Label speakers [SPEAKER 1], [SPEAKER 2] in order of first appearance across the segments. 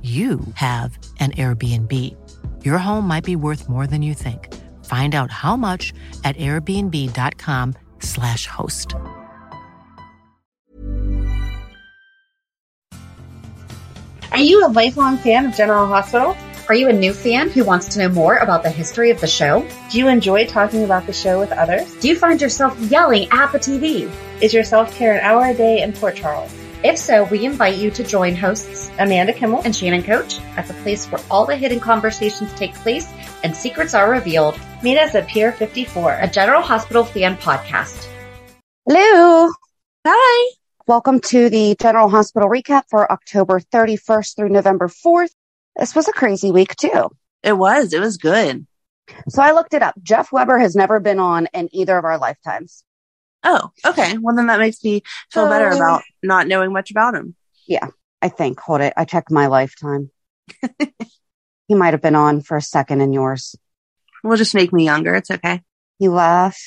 [SPEAKER 1] you have an Airbnb. Your home might be worth more than you think. Find out how much at airbnb.com/slash host.
[SPEAKER 2] Are you a lifelong fan of General Hospital?
[SPEAKER 3] Are you a new fan who wants to know more about the history of the show?
[SPEAKER 2] Do you enjoy talking about the show with others?
[SPEAKER 3] Do you find yourself yelling at the TV?
[SPEAKER 2] Is your self care an hour a day in Port Charles?
[SPEAKER 3] If so, we invite you to join hosts
[SPEAKER 2] Amanda Kimmel
[SPEAKER 3] and Shannon Coach at the place where all the hidden conversations take place and secrets are revealed,
[SPEAKER 2] meet us at Pier 54.
[SPEAKER 3] a General Hospital fan podcast.
[SPEAKER 2] Hello.
[SPEAKER 4] Hi. Welcome to the General Hospital recap for October 31st through November 4th. This was a crazy week too.
[SPEAKER 5] It was. It was good.
[SPEAKER 4] So I looked it up. Jeff Weber has never been on in either of our lifetimes.
[SPEAKER 5] Oh, okay. Well, then that makes me feel better
[SPEAKER 4] Oh.
[SPEAKER 5] about not knowing much about him.
[SPEAKER 4] I think. Hold it. I checked my lifetime. he might have been on for a second in yours.
[SPEAKER 5] Will just make me younger. It's okay.
[SPEAKER 4] He left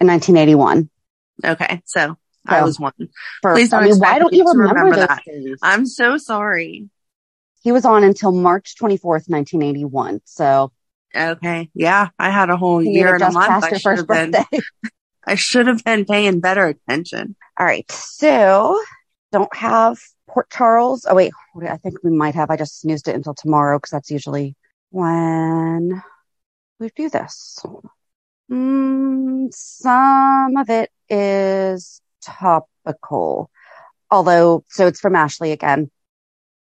[SPEAKER 4] in 1981.
[SPEAKER 5] Okay. So I
[SPEAKER 4] Oh.
[SPEAKER 5] was one.
[SPEAKER 4] For-
[SPEAKER 5] Please
[SPEAKER 4] I
[SPEAKER 5] don't
[SPEAKER 4] mean, why
[SPEAKER 5] expect
[SPEAKER 4] don't
[SPEAKER 5] me
[SPEAKER 4] you
[SPEAKER 5] to
[SPEAKER 4] remember,
[SPEAKER 5] remember
[SPEAKER 4] those
[SPEAKER 5] that.
[SPEAKER 4] things?
[SPEAKER 5] I'm so sorry.
[SPEAKER 4] He was on until March 24th, 1981. So
[SPEAKER 5] Okay. Yeah. I had a whole
[SPEAKER 4] he
[SPEAKER 5] year
[SPEAKER 4] had
[SPEAKER 5] and a
[SPEAKER 4] just
[SPEAKER 5] month.
[SPEAKER 4] passed
[SPEAKER 5] I
[SPEAKER 4] your
[SPEAKER 5] should have
[SPEAKER 4] first
[SPEAKER 5] been,
[SPEAKER 4] birthday.
[SPEAKER 5] I should have been paying better attention.
[SPEAKER 4] All right. So don't have Port Charles. Oh, wait. hold it, I think we might have. I just snoozed it until tomorrow because that's usually when we do this. Mm, some of it is topical. Although, so it's from Ashley again.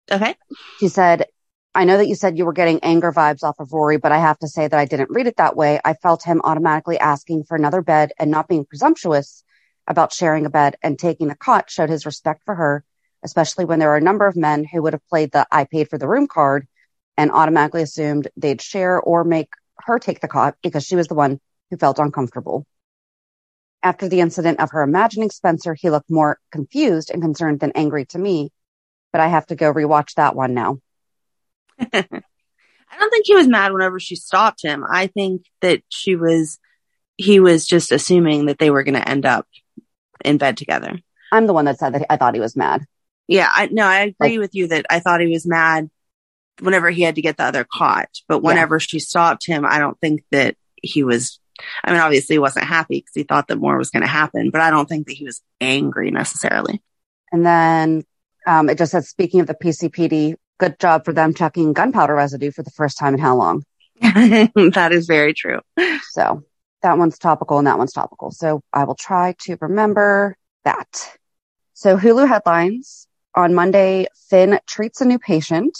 [SPEAKER 5] Okay.
[SPEAKER 4] She said, I know that you said you were getting anger vibes off of Rory, but I have to say that I didn't read it that way. I felt him automatically asking for another bed and not being presumptuous about sharing a bed and taking the cot showed his respect for her, especially when there are a number of men who would have played the I paid for the room card and automatically assumed they'd share or make her take the cot because she was the one who felt uncomfortable. After the incident of her imagining Spencer, he looked more confused and concerned than angry to me, but I have to go rewatch that one now.
[SPEAKER 5] I don't think he was mad whenever she stopped him. I think that she was, he was just assuming that they were going to end up in bed together.
[SPEAKER 4] I'm the one that said that I thought he was mad.
[SPEAKER 5] Yeah, I no, I agree with you that I thought he was mad whenever he had to get the other caught, but
[SPEAKER 4] Yeah.
[SPEAKER 5] whenever she stopped him, I don't think that he was. I mean, obviously, he wasn't happy because he thought that more was going to happen, but I don't think that he was angry necessarily.
[SPEAKER 4] And then um, it just says, speaking of the PCPD, good job for them checking gunpowder residue for the first time in how long?
[SPEAKER 5] that is very true.
[SPEAKER 4] So that one's topical and that one's topical. So I will try to remember that. So Hulu headlines on Monday, Finn treats a new patient.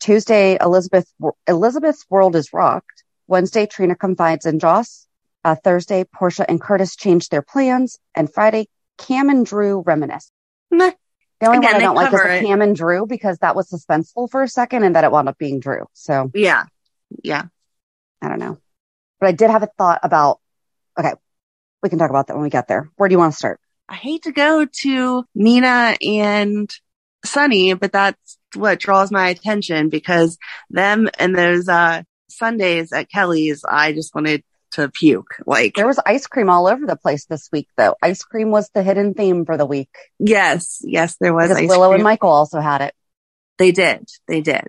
[SPEAKER 4] Tuesday, Elizabeth, Elizabeth's world is rocked. Wednesday, Trina confides in Joss. Uh, Thursday, Portia and Curtis change their plans. And Friday, Cam and Drew reminisce.
[SPEAKER 5] Meh.
[SPEAKER 4] The only
[SPEAKER 5] Again,
[SPEAKER 4] one I
[SPEAKER 5] they
[SPEAKER 4] don't like is
[SPEAKER 5] cover
[SPEAKER 4] the
[SPEAKER 5] it.
[SPEAKER 4] Cam and Drew because that was suspenseful for a second and that it wound up being Drew. So
[SPEAKER 5] Yeah, yeah.
[SPEAKER 4] I don't know. But I did have a thought about, okay, we can talk about that when we get there. Where do you want to start?
[SPEAKER 5] I hate to go to Nina and Sunny, but that's what draws my attention because them and those uh, Sundays at Kelly's, I just wanted to puke. Like,
[SPEAKER 4] There was ice cream all over the place this week, though. Ice cream was the hidden theme for the week
[SPEAKER 5] yes, yes, there was
[SPEAKER 4] because
[SPEAKER 5] ice
[SPEAKER 4] Willow
[SPEAKER 5] cream.
[SPEAKER 4] and Michael also had it.
[SPEAKER 5] They did. They did.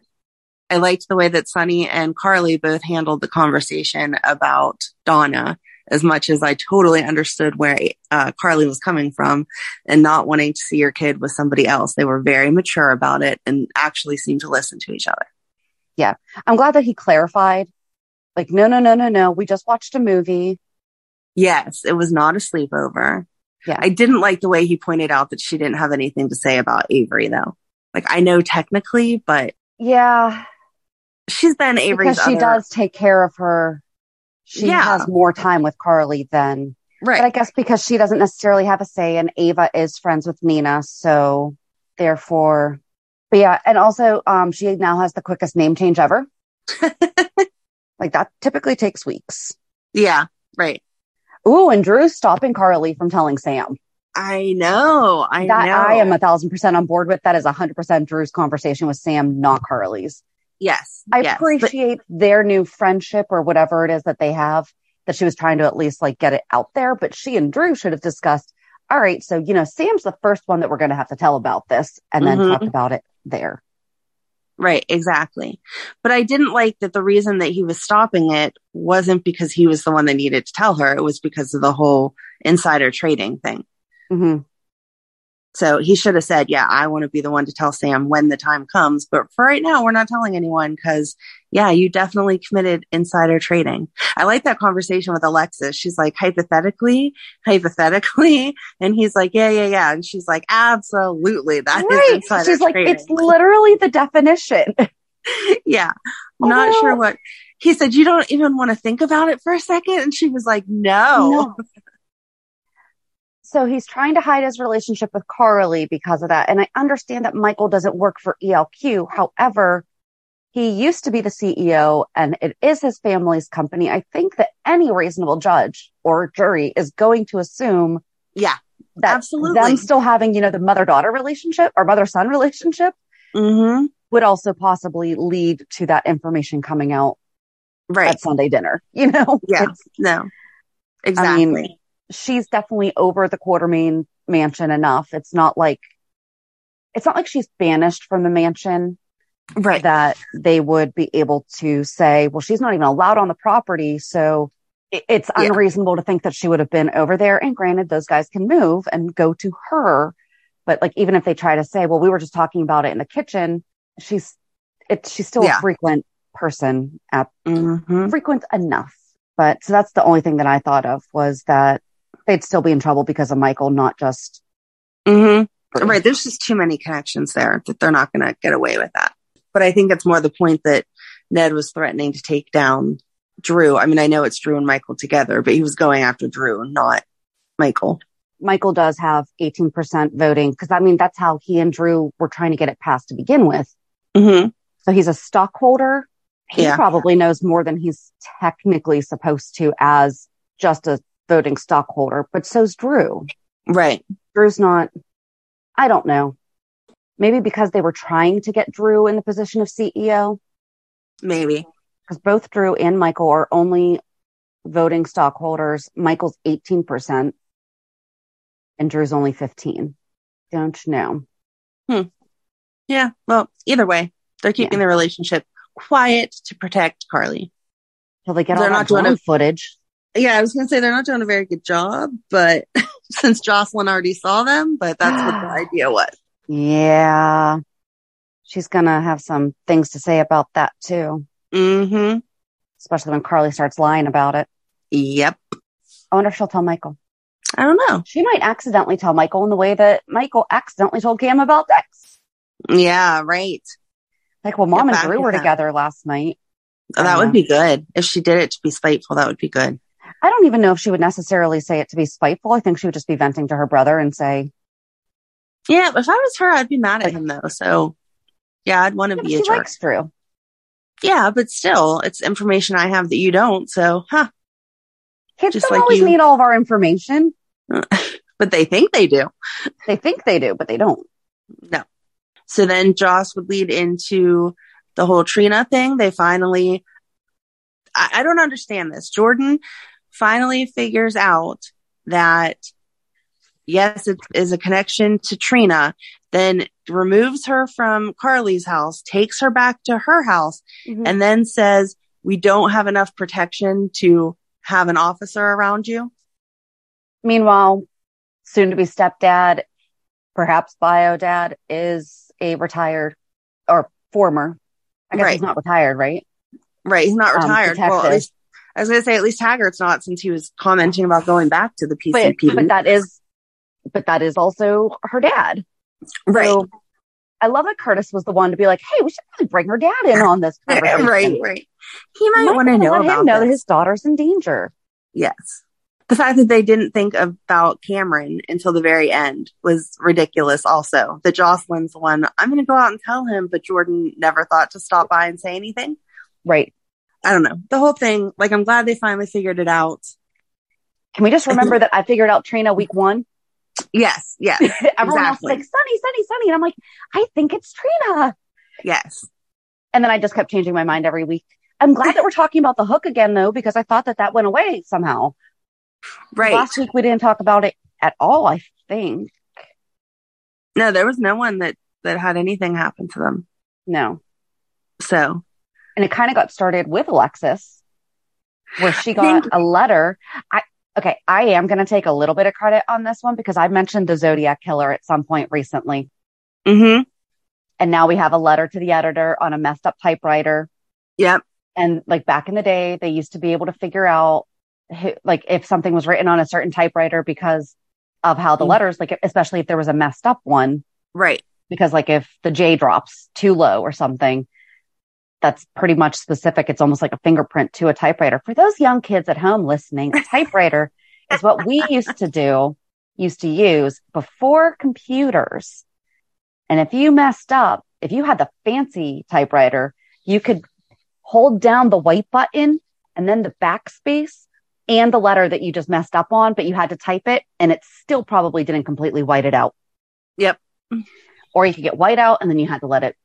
[SPEAKER 5] I liked the way that Sunny and Carly both handled the conversation about Donna as much as I totally understood where uh, Carly was coming from and not wanting to see your kid with somebody else. They were very mature about it and actually seemed to listen to each other.
[SPEAKER 4] I'm glad that he clarified. Like, no, no, no, no, no. We just watched a movie.
[SPEAKER 5] Yes, it was not a sleepover.
[SPEAKER 4] Yeah.
[SPEAKER 5] I didn't like the way he pointed out that she didn't have anything to say about Avery though. Like I know technically, but
[SPEAKER 4] Yeah,
[SPEAKER 5] she's been Avery's
[SPEAKER 4] because she
[SPEAKER 5] other-
[SPEAKER 4] does take care of her. She
[SPEAKER 5] Yeah.
[SPEAKER 4] has more time with Carly than,
[SPEAKER 5] right.
[SPEAKER 4] but I guess because she doesn't necessarily have a say, and Ava is friends with Nina, so therefore, but yeah, and also, um, she now has the quickest name change ever. like that typically takes weeks.
[SPEAKER 5] yeah, right.
[SPEAKER 4] Ooh, and Drew's stopping Carly from telling Sam.
[SPEAKER 5] I know. I
[SPEAKER 4] that
[SPEAKER 5] know.
[SPEAKER 4] I am a thousand percent on board with. That is a hundred percent Drew's conversation with Sam, not Carly's.
[SPEAKER 5] yes.
[SPEAKER 4] I
[SPEAKER 5] yes. But-
[SPEAKER 4] appreciate their new friendship or whatever it is that they have that she was trying to at least like get it out there. But she and Drew should have discussed, all right, so, you know, Sam's the first one that we're going to have to tell about this and then
[SPEAKER 5] Mhm.
[SPEAKER 4] talk about it there.
[SPEAKER 5] Right, exactly. But I didn't like that the reason that he was stopping it wasn't because he was the one that needed to tell her. It was because of the whole insider trading thing.
[SPEAKER 4] hmm
[SPEAKER 5] So he should have said, Yeah, I want to be the one to tell Sam when the time comes. But for right now, we're not telling anyone because, yeah, you definitely committed insider trading. I like that conversation with Alexis. She's like, Hypothetically, hypothetically. And he's like, Yeah, yeah, yeah. And she's like, Absolutely. That is
[SPEAKER 4] Right.
[SPEAKER 5] insider
[SPEAKER 4] She's like,
[SPEAKER 5] trading.
[SPEAKER 4] it's literally the definition.
[SPEAKER 5] yeah. I'm not
[SPEAKER 4] Well-
[SPEAKER 5] sure what he said. You don't even want to think about it for a second. And she was like, no.
[SPEAKER 4] No. So he's trying to hide his relationship with Carly because of that. And I understand that Michael doesn't work for ELQ. However, he used to be the CEO and it is his family's company. I think that any reasonable judge or jury is going to assume
[SPEAKER 5] Yeah.
[SPEAKER 4] that
[SPEAKER 5] Absolutely.
[SPEAKER 4] them still having, you know, the mother daughter relationship or mother son relationship
[SPEAKER 5] hmm
[SPEAKER 4] would also possibly lead to that information coming out
[SPEAKER 5] Right.
[SPEAKER 4] at Sunday dinner, you know?
[SPEAKER 5] Yeah.
[SPEAKER 4] It's-
[SPEAKER 5] no.
[SPEAKER 4] I mean,
[SPEAKER 5] Exactly.
[SPEAKER 4] she's definitely over the Quartermain mansion enough. It's not like it's not like she's banished from the mansion
[SPEAKER 5] right.
[SPEAKER 4] that they would be able to say, well, she's not even allowed on the property, so i- it's
[SPEAKER 5] Yeah.
[SPEAKER 4] unreasonable to think that she would have been over there. And granted, those guys can move and go to her, but like even if they try to say, well, we were just talking about it in the kitchen, she's it, she's still
[SPEAKER 5] Yeah.
[SPEAKER 4] a frequent person at
[SPEAKER 5] hmm
[SPEAKER 4] frequent enough. But so that's the only thing that I thought of was that they'd still be in trouble because of Michael, not just
[SPEAKER 5] hmm Right. There's just too many connections there that they're not going to get away with that. But I think it's more the point that Ned was threatening to take down Drew. I mean, I know it's Drew and Michael together, but he was going after Drew, not Michael.
[SPEAKER 4] Michael does have 18% voting because I mean, that's how he and Drew were trying to get it passed to begin with.
[SPEAKER 5] hmm
[SPEAKER 4] So he's a stockholder. He
[SPEAKER 5] Yeah.
[SPEAKER 4] probably knows more than he's technically supposed to as just a voting stockholder, but so's Drew.
[SPEAKER 5] Right.
[SPEAKER 4] Drew's not, I don't know. Maybe because they were trying to get Drew in the position of E CEO.
[SPEAKER 5] Maybe.
[SPEAKER 4] because both Drew and Michael are only voting stockholders. Michael's 18% and Drew's only 15. Don't you know?
[SPEAKER 5] Yeah. Well, either way, they're keeping
[SPEAKER 4] Yeah.
[SPEAKER 5] the relationship quiet to protect Carly.
[SPEAKER 4] Till they get
[SPEAKER 5] They're
[SPEAKER 4] all
[SPEAKER 5] not
[SPEAKER 4] that
[SPEAKER 5] doing
[SPEAKER 4] drone
[SPEAKER 5] it.
[SPEAKER 4] footage.
[SPEAKER 5] Yeah, I was going to say they're not doing a very good job, but since Jocelyn already saw them, but that's what the idea was.
[SPEAKER 4] Yeah. She's going to have some things to say about that too,
[SPEAKER 5] Mm hmm.
[SPEAKER 4] especially when Carly starts lying about it.
[SPEAKER 5] Yep.
[SPEAKER 4] I wonder if she'll tell Michael.
[SPEAKER 5] I don't know.
[SPEAKER 4] She might accidentally tell Michael in the way that Michael accidentally told Cam about Dex.
[SPEAKER 5] Yeah, right.
[SPEAKER 4] Like, well, mom
[SPEAKER 5] Get
[SPEAKER 4] and
[SPEAKER 5] back
[SPEAKER 4] Drew
[SPEAKER 5] with
[SPEAKER 4] were
[SPEAKER 5] them.
[SPEAKER 4] together last night.
[SPEAKER 5] Oh, that
[SPEAKER 4] Uh,
[SPEAKER 5] would be good. If she did it to be spiteful, that would be good.
[SPEAKER 4] I don't even know if she would necessarily say it to be spiteful. I think she would just be venting to her brother and say,
[SPEAKER 5] Yeah, if I was her, I'd be mad at him though. So yeah, I'd want to
[SPEAKER 4] "Yeah, but
[SPEAKER 5] be
[SPEAKER 4] she
[SPEAKER 5] a jerk.
[SPEAKER 4] likes Drew.
[SPEAKER 5] yeah, but still, it's information I have that you don't. So, huh.
[SPEAKER 4] Kids
[SPEAKER 5] Just
[SPEAKER 4] don't
[SPEAKER 5] like
[SPEAKER 4] always
[SPEAKER 5] you.
[SPEAKER 4] need all of our information.
[SPEAKER 5] but they think they do.
[SPEAKER 4] They think they do, but they don't.
[SPEAKER 5] No. So then Joss would lead into the whole Trina thing. They finally, I, I don't understand this. Jordan finally figures out that yes, it is a connection to Trina, then removes her from Carly's house, takes her back to her house,
[SPEAKER 4] Mhm.
[SPEAKER 5] and then says, We don't have enough protection to have an officer around you.
[SPEAKER 4] Meanwhile, soon to be stepdad, perhaps bio dad, is a retired or former. I guess
[SPEAKER 5] Right.
[SPEAKER 4] he's not retired, right?
[SPEAKER 5] Right. He's not
[SPEAKER 4] Um,
[SPEAKER 5] retired. well, at
[SPEAKER 4] detective.
[SPEAKER 5] least I was going to say, at least Haggard's not since he was commenting about going back to the
[SPEAKER 4] But,
[SPEAKER 5] PCP.
[SPEAKER 4] but that is, but that is also her dad.
[SPEAKER 5] right.
[SPEAKER 4] So I love that Curtis was the one to be like, "Hey, we should probably bring her dad in on this conversation."
[SPEAKER 5] right. Right. He might
[SPEAKER 4] Might
[SPEAKER 5] want to
[SPEAKER 4] wanna
[SPEAKER 5] know
[SPEAKER 4] let
[SPEAKER 5] about
[SPEAKER 4] him know that
[SPEAKER 5] this.
[SPEAKER 4] his daughter's in danger.
[SPEAKER 5] Yes. The fact that they didn't think about Cameron until the very end was ridiculous, also. The Jocelyn's one, I'm going to go out and tell him, but Jordan never thought to stop by and say anything.
[SPEAKER 4] Right.
[SPEAKER 5] I don't know. The whole thing, like, I'm glad they finally figured it out.
[SPEAKER 4] Can we just remember that I figured out Trina week one?
[SPEAKER 5] Yes, yes,
[SPEAKER 4] Everyone else was
[SPEAKER 5] Exactly.
[SPEAKER 4] like Sunny, Sunny, Sunny, and I'm like, I think it's Trina.
[SPEAKER 5] yes.
[SPEAKER 4] And then I just kept changing my mind every week. I'm glad that we're talking about the hook again, though, because I thought that that went away somehow.
[SPEAKER 5] Right.
[SPEAKER 4] Last week we didn't talk about it at all. I think
[SPEAKER 5] No, there was no one that, that had anything happen to them.
[SPEAKER 4] no,
[SPEAKER 5] So,
[SPEAKER 4] and it kind of got started with Alexis, where she got
[SPEAKER 5] think-
[SPEAKER 4] a letter. I okay, I am going to take a little bit of credit on this one because I mentioned the Zodiac killer at some point recently,
[SPEAKER 5] mm-hmm.
[SPEAKER 4] and now we have a letter to the editor on a messed up typewriter.
[SPEAKER 5] Yep.
[SPEAKER 4] and like back in the day they used to be able to figure out who, like if something was written on a certain typewriter because of how the
[SPEAKER 5] Mhm.
[SPEAKER 4] letters like especially if there was a messed up one
[SPEAKER 5] Right.
[SPEAKER 4] because like if the j drops too low or something that's pretty much specific it's almost like a fingerprint to a typewriter for those young kids at home listening a typewriter is what we used to do used to use before computers and if you messed up if you had the fancy typewriter you could hold down the white button and then the backspace and the letter that you just messed up on, but you had to type it and it still probably didn't completely white it out.
[SPEAKER 5] Yep.
[SPEAKER 4] Or you could get white out and then you had to let it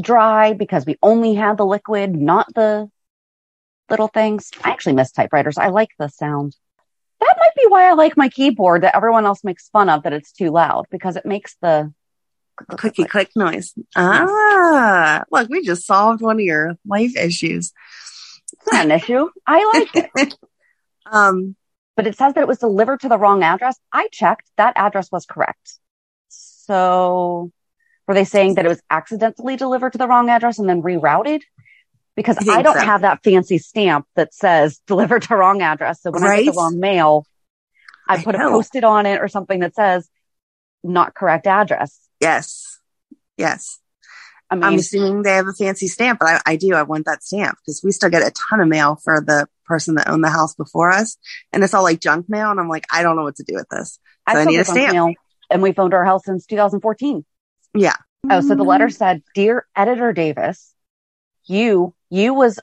[SPEAKER 4] dry because we only had the liquid, not the little things. I actually miss typewriters. I like the sound. That might be why I like my keyboard that everyone else makes fun of that it's too loud because it makes the
[SPEAKER 5] Clicky click noise. Ah, look, we just solved one of your life issues.
[SPEAKER 4] It's not an issue. I like it.
[SPEAKER 5] um,
[SPEAKER 4] but it says that it was delivered to the wrong address. I checked. That address was correct. So were they saying that it was accidentally delivered to the wrong address and then rerouted? Because
[SPEAKER 5] I
[SPEAKER 4] I,
[SPEAKER 5] think
[SPEAKER 4] don't
[SPEAKER 5] so.
[SPEAKER 4] have that fancy stamp that says delivered to wrong address. So when I get
[SPEAKER 5] Right?
[SPEAKER 4] the wrong mail, I,
[SPEAKER 5] I
[SPEAKER 4] put
[SPEAKER 5] know.
[SPEAKER 4] a post it on it or something that says not correct address.
[SPEAKER 5] yes, yes.
[SPEAKER 4] I mean,
[SPEAKER 5] I'm assuming they have a fancy stamp, but I, I do. I want that stamp because we still get a ton of mail for the person that owned the house before us. And it's all like junk mail. And I'm like, I don't know what to do with this.
[SPEAKER 4] I
[SPEAKER 5] so I
[SPEAKER 4] still
[SPEAKER 5] need
[SPEAKER 4] get
[SPEAKER 5] a
[SPEAKER 4] junk
[SPEAKER 5] stamp.
[SPEAKER 4] mail, and we've owned our house since 2014.
[SPEAKER 5] Yeah.
[SPEAKER 4] Oh, so the letter
[SPEAKER 5] Mm-hmm.
[SPEAKER 4] said, "Dear Editor Davis, you you was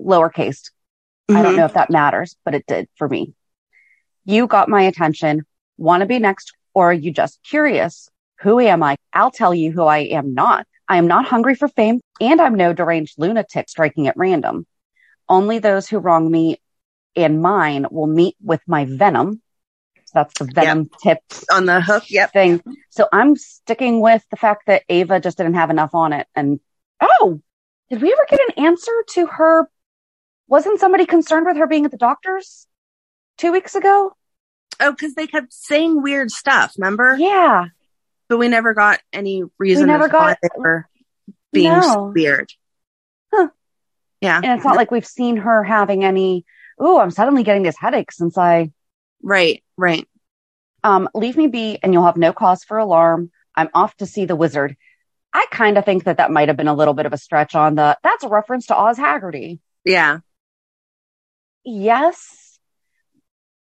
[SPEAKER 4] lowercase. I don't
[SPEAKER 5] Mhm.
[SPEAKER 4] know if that matters, but it did for me. You got my attention. Want to be next, or are you just curious? Who am I? I'll tell you who I am not. I am not hungry for fame, and I'm no deranged lunatic striking at random. Only those who wrong me and mine will meet with my venom. So that's the venom tipped
[SPEAKER 5] On the hook. Yep.
[SPEAKER 4] thing. So I'm sticking with the fact that Ava just didn't have enough on it. And oh, did we ever get an answer to her? Wasn't somebody concerned with her being at the doctor's two weeks ago?
[SPEAKER 5] Oh, because they kept saying weird stuff, remember?
[SPEAKER 4] Yeah.
[SPEAKER 5] But we never got any reason
[SPEAKER 4] never
[SPEAKER 5] as to why
[SPEAKER 4] got-
[SPEAKER 5] they were being
[SPEAKER 4] No.
[SPEAKER 5] weird.
[SPEAKER 4] Huh.
[SPEAKER 5] Yeah.
[SPEAKER 4] And it's not like we've seen her having any, oh, I'm suddenly getting this headache since I,
[SPEAKER 5] Right. Right.
[SPEAKER 4] um, leave me be and you'll have no cause for alarm. I'm off to see the wizard. I kind of think that that might have been a little bit of a stretch on the, that's a reference to Oz Haggerty.
[SPEAKER 5] Yeah.
[SPEAKER 4] Yes.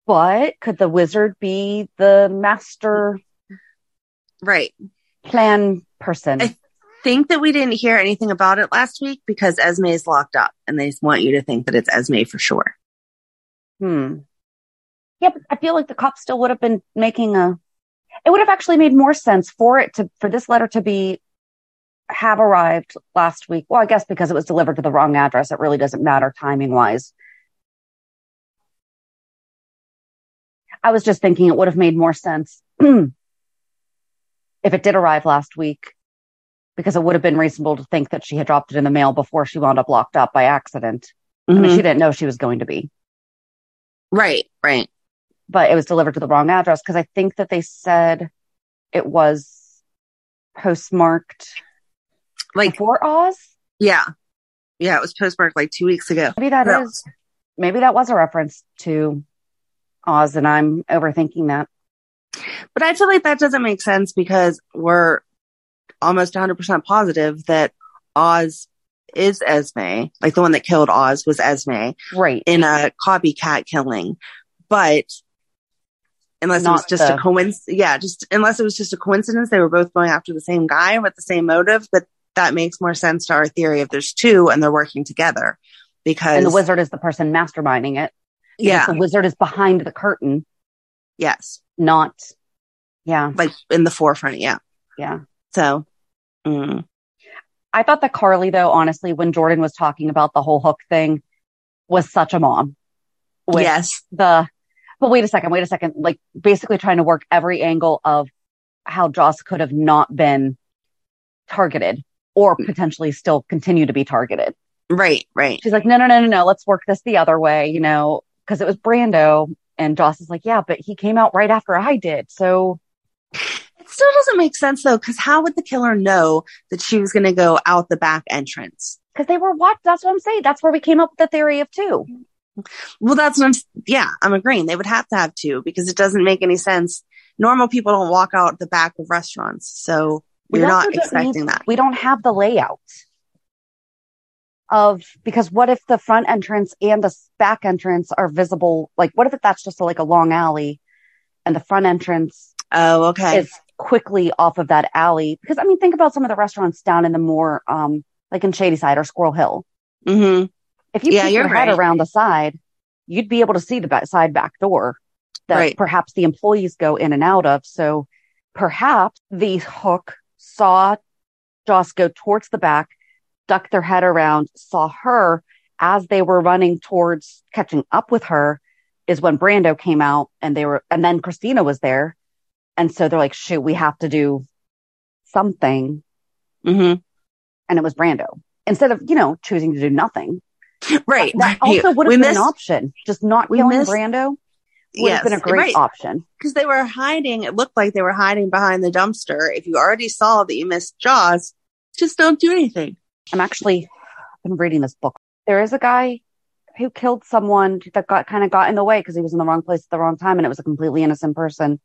[SPEAKER 4] But could the wizard be the master
[SPEAKER 5] Right.
[SPEAKER 4] plan person?
[SPEAKER 5] I- Think that we didn't hear anything about it last week because Esme is locked up and they just want you to think that it's Esme for sure.
[SPEAKER 4] Hmm. Yeah, but I feel like the cops still would have been making a it would have actually made more sense for it to for this letter to be have arrived last week. Well, I guess because it was delivered to the wrong address, it really doesn't matter timing wise. I was just thinking it would have made more sense if it did arrive last week, because it would have been reasonable to think that she had dropped it in the mail before she wound up locked up by accident. I mean,
[SPEAKER 5] Mhm.
[SPEAKER 4] she didn't know she was going to be Mm-hmm.
[SPEAKER 5] Right, right.
[SPEAKER 4] but it was delivered to the wrong address because I think that they said it was postmarked
[SPEAKER 5] Like,
[SPEAKER 4] before Oz.
[SPEAKER 5] yeah. Yeah, it was postmarked like two weeks ago.
[SPEAKER 4] Maybe that is.
[SPEAKER 5] Yeah.
[SPEAKER 4] maybe that was a reference to Oz, and I'm overthinking that.
[SPEAKER 5] But I feel like that doesn't make sense because we're almost 100% positive that Oz is Esme. Like the one that killed Oz was Esme
[SPEAKER 4] Right?
[SPEAKER 5] in a copycat killing. But unless it was
[SPEAKER 4] Not
[SPEAKER 5] just
[SPEAKER 4] the-
[SPEAKER 5] a coincidence, yeah, just unless it was just a coincidence, they were both going after the same guy with the same motive. But that makes more sense to our theory if there's two and they're working together because
[SPEAKER 4] and the wizard is the person masterminding it.
[SPEAKER 5] yeah,
[SPEAKER 4] the wizard is behind the curtain,
[SPEAKER 5] yes,
[SPEAKER 4] not. Yeah,
[SPEAKER 5] like in the forefront. Yeah.
[SPEAKER 4] Yeah.
[SPEAKER 5] So, mm,
[SPEAKER 4] I thought that Carly, though, honestly, when Jordan was talking about the whole hook thing, was such a mom. With
[SPEAKER 5] yes.
[SPEAKER 4] the but wait a second wait a second like basically trying to work every angle of how joss could have not been targeted or potentially still continue to be targeted
[SPEAKER 5] Right, right.
[SPEAKER 4] she's like no no no no no let's work this the other way you know because it was brando and joss is like yeah but he came out right after i did so
[SPEAKER 5] It still doesn't make sense though, because how would the killer know that she was going to go out the back entrance?
[SPEAKER 4] because they were what that's what i'm saying that's where we came up with the theory of two
[SPEAKER 5] Well, that's what I'm, s- yeah, I'm agreeing. They would have to have two because it doesn't make any sense. Normal people don't walk out the back of restaurants. So
[SPEAKER 4] We
[SPEAKER 5] you're
[SPEAKER 4] also
[SPEAKER 5] not
[SPEAKER 4] don't
[SPEAKER 5] expecting
[SPEAKER 4] need-
[SPEAKER 5] that.
[SPEAKER 4] We don't have the layout of because what if the front entrance and the s- back entrance are visible? Like, what if that's just like a long alley, and the front entrance
[SPEAKER 5] Oh, okay.
[SPEAKER 4] is quickly off of that alley? Because I mean, think about some of the restaurants down in the more um like in Shady Side or Squirrel Hill.
[SPEAKER 5] hmm
[SPEAKER 4] If you
[SPEAKER 5] Yeah,
[SPEAKER 4] peek your
[SPEAKER 5] you're
[SPEAKER 4] head
[SPEAKER 5] right.
[SPEAKER 4] around the side, you'd be able to see the back side back door that
[SPEAKER 5] Right.
[SPEAKER 4] perhaps the employees go in and out of. So perhaps the hook saw Joss go towards the back, ducked their head around, saw her as they were running towards catching up with her is when Brando came out and they were, and then Christina was there. And so they're like, shoot, we have to do something.
[SPEAKER 5] hmm
[SPEAKER 4] And it was Brando instead of, you know, choosing to do nothing.
[SPEAKER 5] Right.
[SPEAKER 4] That
[SPEAKER 5] right.
[SPEAKER 4] also would
[SPEAKER 5] We
[SPEAKER 4] have been
[SPEAKER 5] missed-
[SPEAKER 4] an option. Just not
[SPEAKER 5] we
[SPEAKER 4] killing
[SPEAKER 5] missed-
[SPEAKER 4] Brando would have been a
[SPEAKER 5] yes,
[SPEAKER 4] great
[SPEAKER 5] right.
[SPEAKER 4] option.
[SPEAKER 5] because they were hiding. It looked like they were hiding behind the dumpster. If you already saw that you missed Jaws, just don't do anything.
[SPEAKER 4] I'm actually I've been reading this book. There is a guy who killed someone that got kind of got in the way because he was in the wrong place at the wrong time, and it was a completely innocent person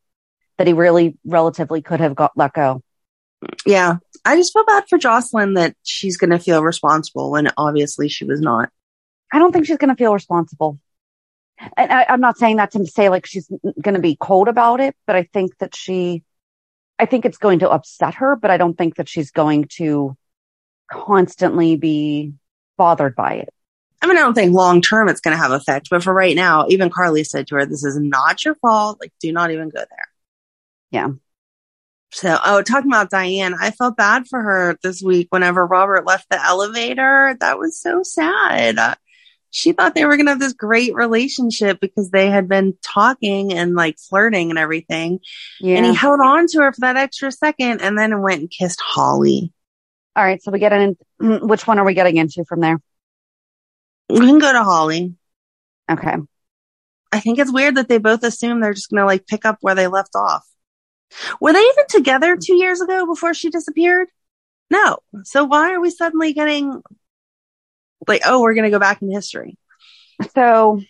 [SPEAKER 4] that he really relatively could have got let go.
[SPEAKER 5] Yeah. I just feel bad for Jocelyn that she's going to feel responsible when obviously she was not.
[SPEAKER 4] I don't think she's going to feel responsible. And I, I'm not saying that to say like she's going to be cold about it, but I think that she, I think it's going to upset her, but I don't think that she's going to constantly be bothered by it.
[SPEAKER 5] I mean, I don't think long term it's going to have effect, but for right now, even Carly said to her, "This is not your fault. Like, do not even go there."
[SPEAKER 4] Yeah.
[SPEAKER 5] So, oh, talking about Diane, I felt bad for her this week. Whenever Robert left the elevator, that was so sad. Uh, She thought they were going to have this great relationship because they had been talking and like flirting and everything.
[SPEAKER 4] Yeah.
[SPEAKER 5] And he held on to her for that extra second and then went and kissed Holly.
[SPEAKER 4] All right. So we get in. Which one are we getting into from there?
[SPEAKER 5] We can go to Holly.
[SPEAKER 4] Okay.
[SPEAKER 5] I think it's weird that they both assume they're just going to like pick up where they left off. Were they even together two years ago before she disappeared? No. So why are we suddenly getting like, oh, we're going to go back in history?
[SPEAKER 4] So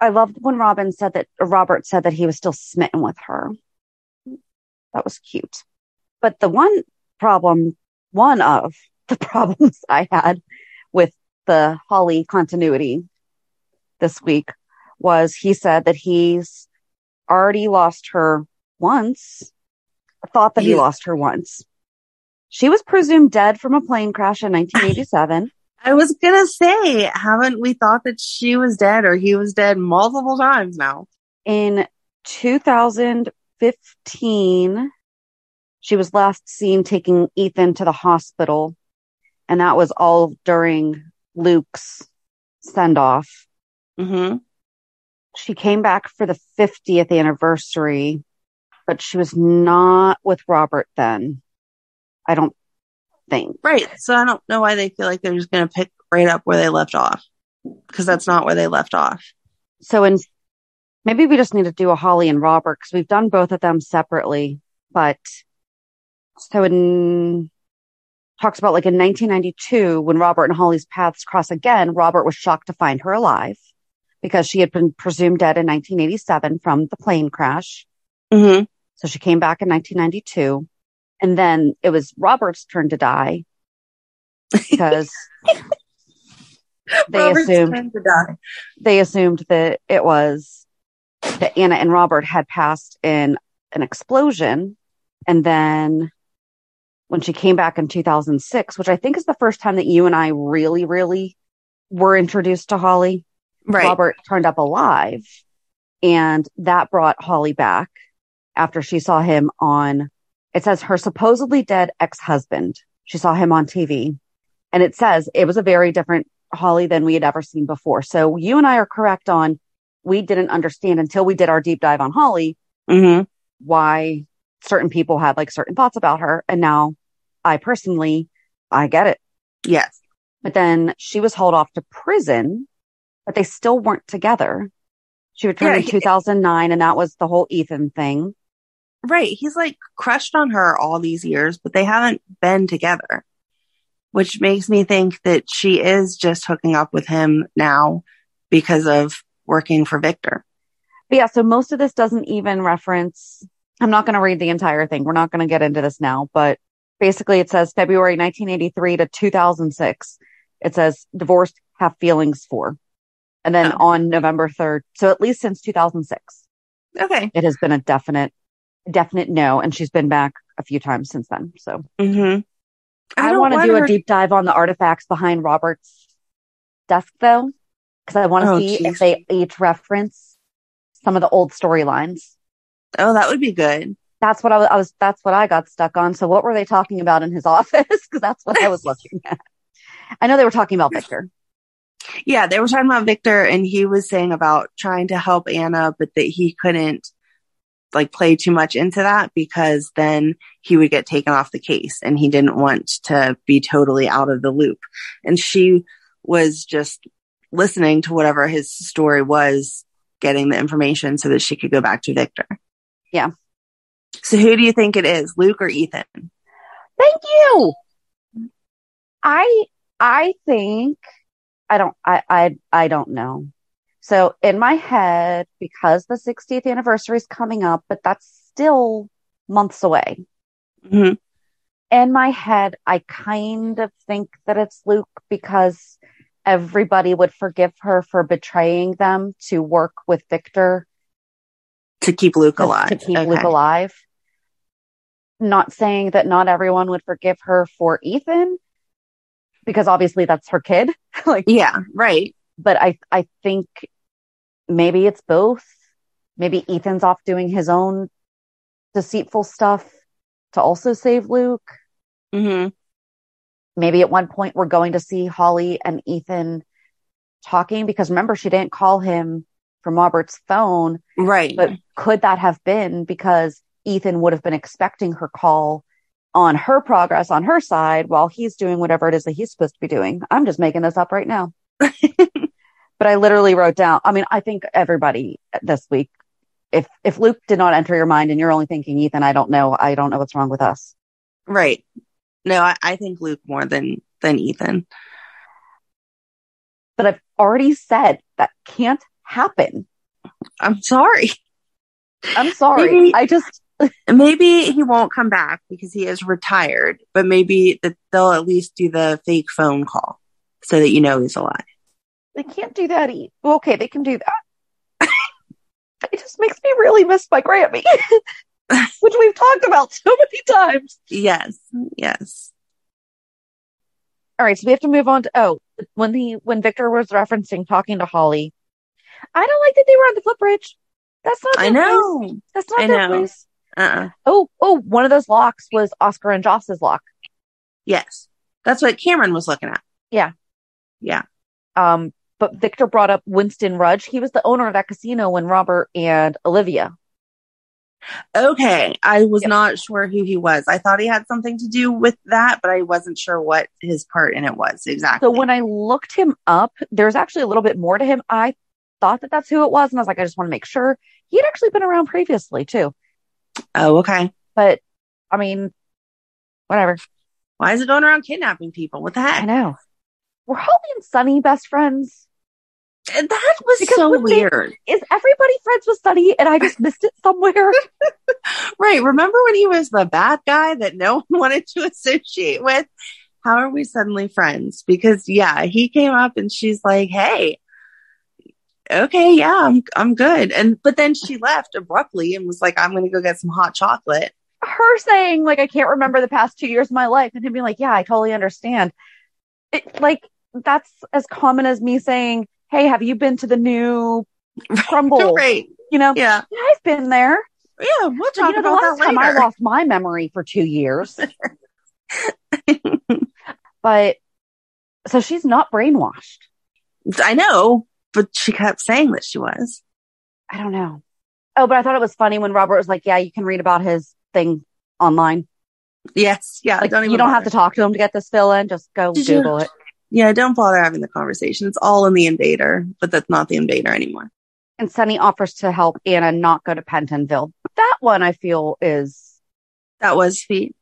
[SPEAKER 4] I loved when Robin said that or Robert said that he was still smitten with her. That was cute. But the one problem, one of the problems I had with the Holly continuity this week was he said that he's already lost her once, thought that he
[SPEAKER 5] Yeah.
[SPEAKER 4] lost her once. She was presumed dead from a plane crash in 1987.
[SPEAKER 5] I was going to say, haven't we thought that she was dead or he was dead multiple times now?
[SPEAKER 4] in 2015 15, she was last seen taking Ethan to the hospital. And that was all during Luke's send off.
[SPEAKER 5] Mm-hmm.
[SPEAKER 4] She came back for the 50th anniversary, but she was not with Robert then. I don't think.
[SPEAKER 5] Right. So I don't know why they feel like they're just going to pick right up where they left off because that's not where they left off.
[SPEAKER 4] So in maybe we just need to do a Holly and Robert because we've done both of them separately. But so in talks about like in 1992 when Robert and Holly's paths cross again, Robert was shocked to find her alive because she had been presumed dead in 1987 from the plane crash.
[SPEAKER 5] Mm-hmm.
[SPEAKER 4] So she came back in 1992 and then it was Robert's turn to die because they assumed
[SPEAKER 5] to die.
[SPEAKER 4] they assumed that it was that Anna and Robert had passed in an explosion. And then when she came back in 2006, which I think is the first time that you and I really, really were introduced to Holly,
[SPEAKER 5] Right.
[SPEAKER 4] Robert turned up alive. And that brought Holly back after she saw him on, it says her supposedly dead ex husband. She saw him on TV. And it says it was a very different Holly than we had ever seen before. So you and I are correct on we didn't understand until we did our deep dive on Holly
[SPEAKER 5] Mm-hmm.
[SPEAKER 4] why certain people had like certain thoughts about her. And now I personally, I get it.
[SPEAKER 5] Yes.
[SPEAKER 4] But then she was hauled off to prison, but they still weren't together. She returned
[SPEAKER 5] Yeah,
[SPEAKER 4] in
[SPEAKER 5] he-
[SPEAKER 4] 2009 and that was the whole Ethan thing.
[SPEAKER 5] Right. He's like crushed on her all these years, but they haven't been together, which makes me think that she is just hooking up with him now because of working for Victor.
[SPEAKER 4] But yeah, so most of this doesn't even reference, I'm not going to read the entire thing. We're not going to get into this now, but basically it says February 1983 to 2006. It says divorced, have feelings for. And then
[SPEAKER 5] Oh.
[SPEAKER 4] on November 3rd. So at least since 2006,
[SPEAKER 5] Okay.
[SPEAKER 4] it has been a definite, definite no. And she's been back a few times since then. So
[SPEAKER 5] Mm-hmm.
[SPEAKER 4] I, want to do a deep dive on the artifacts behind Robert's desk though, because I want to
[SPEAKER 5] Oh,
[SPEAKER 4] see
[SPEAKER 5] geez.
[SPEAKER 4] if they each reference some of the old storylines.
[SPEAKER 5] Oh, that would be good.
[SPEAKER 4] That's what I was, I was. That's what I got stuck on. So, what were they talking about in his office? Because that's what I was looking at. I know they were talking about Victor.
[SPEAKER 5] Yeah, they were talking about Victor and he was saying about trying to help Anna, but that he couldn't like play too much into that because then he would get taken off the case and he didn't want to be totally out of the loop. And she was just listening to whatever his story was, getting the information so that she could go back to Victor.
[SPEAKER 4] Yeah.
[SPEAKER 5] So who do you think it is, Luke or Ethan?
[SPEAKER 4] Thank you. I I think I don't I I I don't know. So in my head, because the 60th anniversary is coming up, but that's still months away. Mm-hmm.
[SPEAKER 5] Mhm.
[SPEAKER 4] in my head, I kind of think that it's Luke because everybody would forgive her for betraying them to work with Victor
[SPEAKER 5] To keep Luke
[SPEAKER 4] to-
[SPEAKER 5] alive.
[SPEAKER 4] to keep
[SPEAKER 5] Okay.
[SPEAKER 4] Luke alive. Not saying that not everyone would forgive her for Ethan because obviously that's her kid, like,
[SPEAKER 5] Yeah, right.
[SPEAKER 4] but I, I think maybe it's both. Maybe Ethan's off doing his own deceitful stuff to also save Luke.
[SPEAKER 5] hmm
[SPEAKER 4] maybe at one point we're going to see Holly and Ethan talking because remember she didn't call him from Robert's phone,
[SPEAKER 5] Right.
[SPEAKER 4] but could that have been because Ethan would have been expecting her call on her progress on her side while he's doing whatever it is that he's supposed to be doing? I'm just making this up right now. but I literally wrote down, I mean, I think everybody this week if if Luke did not enter your mind and you're only thinking Ethan, I don't know, I don't know what's wrong with us.
[SPEAKER 5] Right. No, I, I think Luke more than than Ethan.
[SPEAKER 4] but I've already said that can't happen.
[SPEAKER 5] I'm sorry.
[SPEAKER 4] I'm sorry.
[SPEAKER 5] Maybe-
[SPEAKER 4] I just,
[SPEAKER 5] Maybe he won't come back because he is retired, but maybe that they'll at least do the fake phone call so that you know he's alive.
[SPEAKER 4] they can't do that. e- well, Okay, they can do that. it just makes me really miss my Grammy, which we've talked about so many times.
[SPEAKER 5] Yes. Yes.
[SPEAKER 4] All right, so we have to move on to, oh, when the, when Victor was referencing talking to Holly, I don't like that they were on the footbridge. That's not,
[SPEAKER 5] I
[SPEAKER 4] their place.
[SPEAKER 5] know.
[SPEAKER 4] That's not
[SPEAKER 5] I
[SPEAKER 4] their
[SPEAKER 5] know.
[SPEAKER 4] place.
[SPEAKER 5] Uh-uh.
[SPEAKER 4] Oh, oh, one of those locks was Oscar and Joss's lock.
[SPEAKER 5] Yes. That's what Cameron was looking at.
[SPEAKER 4] Yeah.
[SPEAKER 5] Yeah.
[SPEAKER 4] Um, but Victor brought up Winston Rudge. He was the owner of that casino when Robert and Olivia.
[SPEAKER 5] Okay. I was
[SPEAKER 4] Yep.
[SPEAKER 5] not sure who he was. I thought he had something to do with that, but I wasn't sure what his part in it was exactly.
[SPEAKER 4] So when I looked him up, there's actually a little bit more to him. I thought that that's who it was, and I was like, I just want to make sure he had actually been around previously too.
[SPEAKER 5] oh, okay.
[SPEAKER 4] But I mean, whatever.
[SPEAKER 5] Why is it going around kidnapping people? What the
[SPEAKER 4] I
[SPEAKER 5] heck?
[SPEAKER 4] know. We're Holly and Sunny best friends.
[SPEAKER 5] And That was
[SPEAKER 4] Because
[SPEAKER 5] so
[SPEAKER 4] when they-
[SPEAKER 5] weird.
[SPEAKER 4] Is everybody friends with Sunny? And I just missed it somewhere.
[SPEAKER 5] Right. Remember when he was the bad guy that no one wanted to associate with? How are we suddenly friends? Because yeah, he came up and she's like, "Hey, okay, yeah, I'm I'm good." And but then she left abruptly and was like, "I'm going to go get some hot chocolate."
[SPEAKER 4] Her saying like, I can't remember the past two years of my life, and him being like, Yeah, I totally understand. It like that's as common as me saying, Hey, have you been to the new crumble?
[SPEAKER 5] Great.
[SPEAKER 4] You know,
[SPEAKER 5] Yeah.
[SPEAKER 4] "Yeah, I've been there.
[SPEAKER 5] Yeah, we'll
[SPEAKER 4] So,
[SPEAKER 5] talk
[SPEAKER 4] you know, the
[SPEAKER 5] about
[SPEAKER 4] last
[SPEAKER 5] that
[SPEAKER 4] time I
[SPEAKER 5] later.
[SPEAKER 4] lost my memory for two years. but so she's not brainwashed.
[SPEAKER 5] I know, but she kept saying that she was.
[SPEAKER 4] I don't know. Oh, but I thought it was funny when Robert was like, "Yeah, you can read about his thing online.
[SPEAKER 5] Yes, yeah.
[SPEAKER 4] Like,
[SPEAKER 5] don't even
[SPEAKER 4] you don't have
[SPEAKER 5] bother.
[SPEAKER 4] to talk to him to get this fill in. Just go
[SPEAKER 5] Did you-
[SPEAKER 4] Google it."
[SPEAKER 5] Yeah, don't bother having the conversation. It's all in the invader, but that's not the invader anymore.
[SPEAKER 4] And Sunny offers to help Anna not go to Pentonville. That one I feel is
[SPEAKER 5] That was sweet.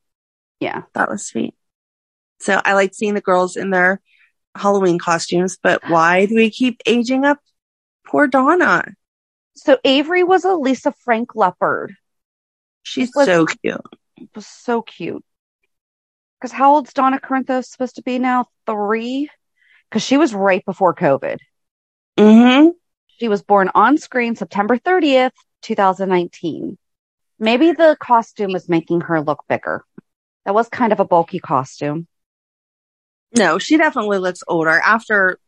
[SPEAKER 4] yeah.
[SPEAKER 5] that was sweet. So I like seeing the girls in their Halloween costumes, but why do we keep aging up poor Donna?
[SPEAKER 4] So Avery was a Lisa Frank leopard.
[SPEAKER 5] She's
[SPEAKER 4] Was-
[SPEAKER 5] so cute.
[SPEAKER 4] It was so cute. Because how old's Donna Corinthos supposed to be now? Three? Because she was right before COVID.
[SPEAKER 5] hmm
[SPEAKER 4] She was born on screen September 30th, 2019. Maybe the costume was making her look bigger. That was kind of a bulky costume.
[SPEAKER 5] No, she definitely looks older. After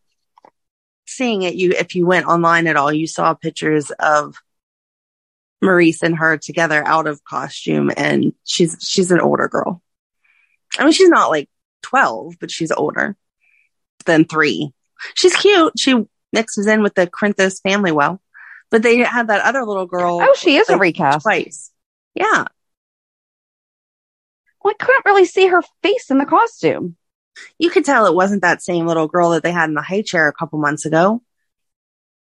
[SPEAKER 5] seeing it, you if you went online at all, you saw pictures of Maurice and her together out of costume, and she's she's an older girl. I mean, she's not like twelve, but she's older than three. She's cute. She mixes in with the Corinthos family well, but they had that other little girl
[SPEAKER 4] Oh, she is a
[SPEAKER 5] like,
[SPEAKER 4] recast.
[SPEAKER 5] twice. Yeah,
[SPEAKER 4] Well, I couldn't really see her face in the costume.
[SPEAKER 5] you could tell it wasn't that same little girl that they had in the high chair a couple months ago.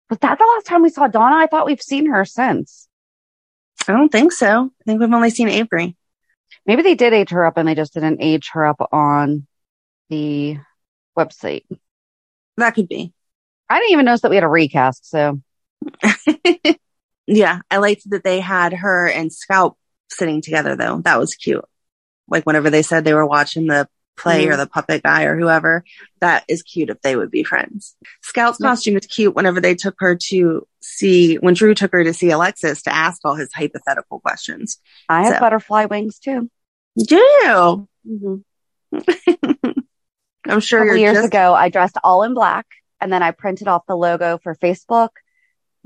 [SPEAKER 4] Was that the last time we saw Donna? I thought we've seen her since.
[SPEAKER 5] I don't think so. I think we've only seen Avery.
[SPEAKER 4] Maybe they did age her up and they just didn't age her up on the website.
[SPEAKER 5] That could be.
[SPEAKER 4] I didn't even notice that we had a recast, so
[SPEAKER 5] yeah, I liked that they had her and Scalp sitting together though. That was cute. Like whenever they said they were watching the play
[SPEAKER 4] Mm-hmm.
[SPEAKER 5] or the puppet guy or whoever, that is cute if they would be friends. Scout's
[SPEAKER 4] Yeah.
[SPEAKER 5] costume was cute whenever they took her to see when Drew took her to see Alexis to ask all his hypothetical questions.
[SPEAKER 4] I have
[SPEAKER 5] So-
[SPEAKER 4] butterfly wings too.
[SPEAKER 5] Do you? I'm
[SPEAKER 4] A
[SPEAKER 5] sure
[SPEAKER 4] Mm-hmm. couple
[SPEAKER 5] you're
[SPEAKER 4] years
[SPEAKER 5] just
[SPEAKER 4] ago, I dressed all in black and then I printed off the logo for Facebook,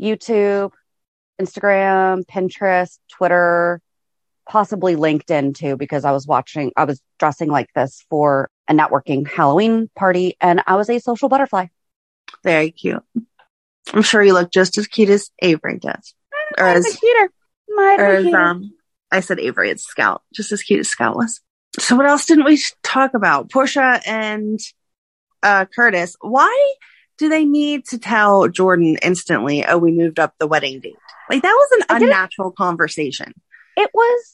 [SPEAKER 4] YouTube, Instagram, Pinterest, Twitter, possibly LinkedIn too, because I was watching, I was dressing like this for a networking Halloween party and I was a social butterfly.
[SPEAKER 5] very cute. I'm sure you look just as cute as Avery does. Or
[SPEAKER 4] Might have
[SPEAKER 5] as
[SPEAKER 4] been cuter. Might
[SPEAKER 5] or
[SPEAKER 4] have
[SPEAKER 5] as
[SPEAKER 4] been cuter.
[SPEAKER 5] um, I said Avery, it's Scout, just as cute as Scout was. So what else didn't we talk about? Portia and uh, Curtis. Why do they need to tell Jordan instantly? Oh, we moved up the wedding date. Like that was an
[SPEAKER 4] I didn't-
[SPEAKER 5] unnatural conversation.
[SPEAKER 4] It was,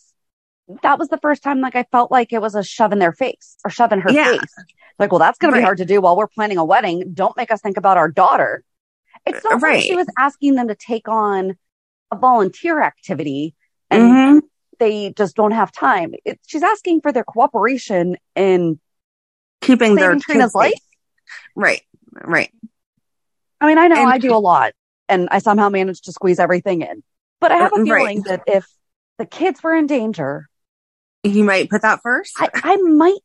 [SPEAKER 4] that was the first time like I felt like it was a shove in their face or shove in her
[SPEAKER 5] Yeah.
[SPEAKER 4] face. Like, well, that's going to be
[SPEAKER 5] Right.
[SPEAKER 4] hard to do while we're planning a wedding. Don't make us think about our daughter. It's not like she
[SPEAKER 5] Right.
[SPEAKER 4] was asking them to take on a volunteer activity and
[SPEAKER 5] Mhm.
[SPEAKER 4] they just don't have time. It, she's asking for their cooperation in
[SPEAKER 5] Keeping their
[SPEAKER 4] saving Trina's
[SPEAKER 5] kids
[SPEAKER 4] life.
[SPEAKER 5] safe. Right, right.
[SPEAKER 4] I mean, I know
[SPEAKER 5] And-
[SPEAKER 4] I do a lot and I somehow manage to squeeze everything in, but I have a
[SPEAKER 5] Uh, right.
[SPEAKER 4] feeling that if the kids were in danger,
[SPEAKER 5] You might put that first.
[SPEAKER 4] I, I might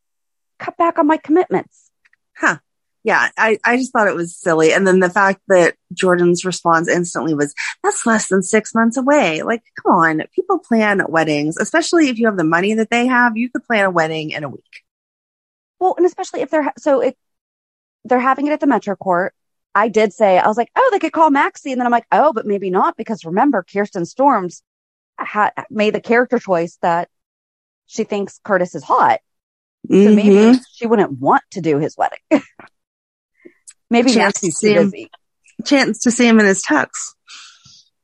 [SPEAKER 4] cut back on my commitments.
[SPEAKER 5] Huh. yeah, I, I just thought it was silly. And then the fact that Jordan's response instantly was, that's less than six months away. Like, come on, people plan weddings, especially if you have the money that they have, you could plan a wedding in a week.
[SPEAKER 4] Well, and especially if they're ha- so it, they're having it at the Metro Court. I did say I was like, oh, they could call Maxie, and then I'm like, oh, but maybe not because remember, Kirsten Storms ha- made the character choice that she thinks Curtis is hot, so maybe
[SPEAKER 5] Mhm.
[SPEAKER 4] she wouldn't want to do his wedding. maybe
[SPEAKER 5] Chance
[SPEAKER 4] Maxie's too
[SPEAKER 5] to see him.
[SPEAKER 4] busy,
[SPEAKER 5] Chance to see him in his tux.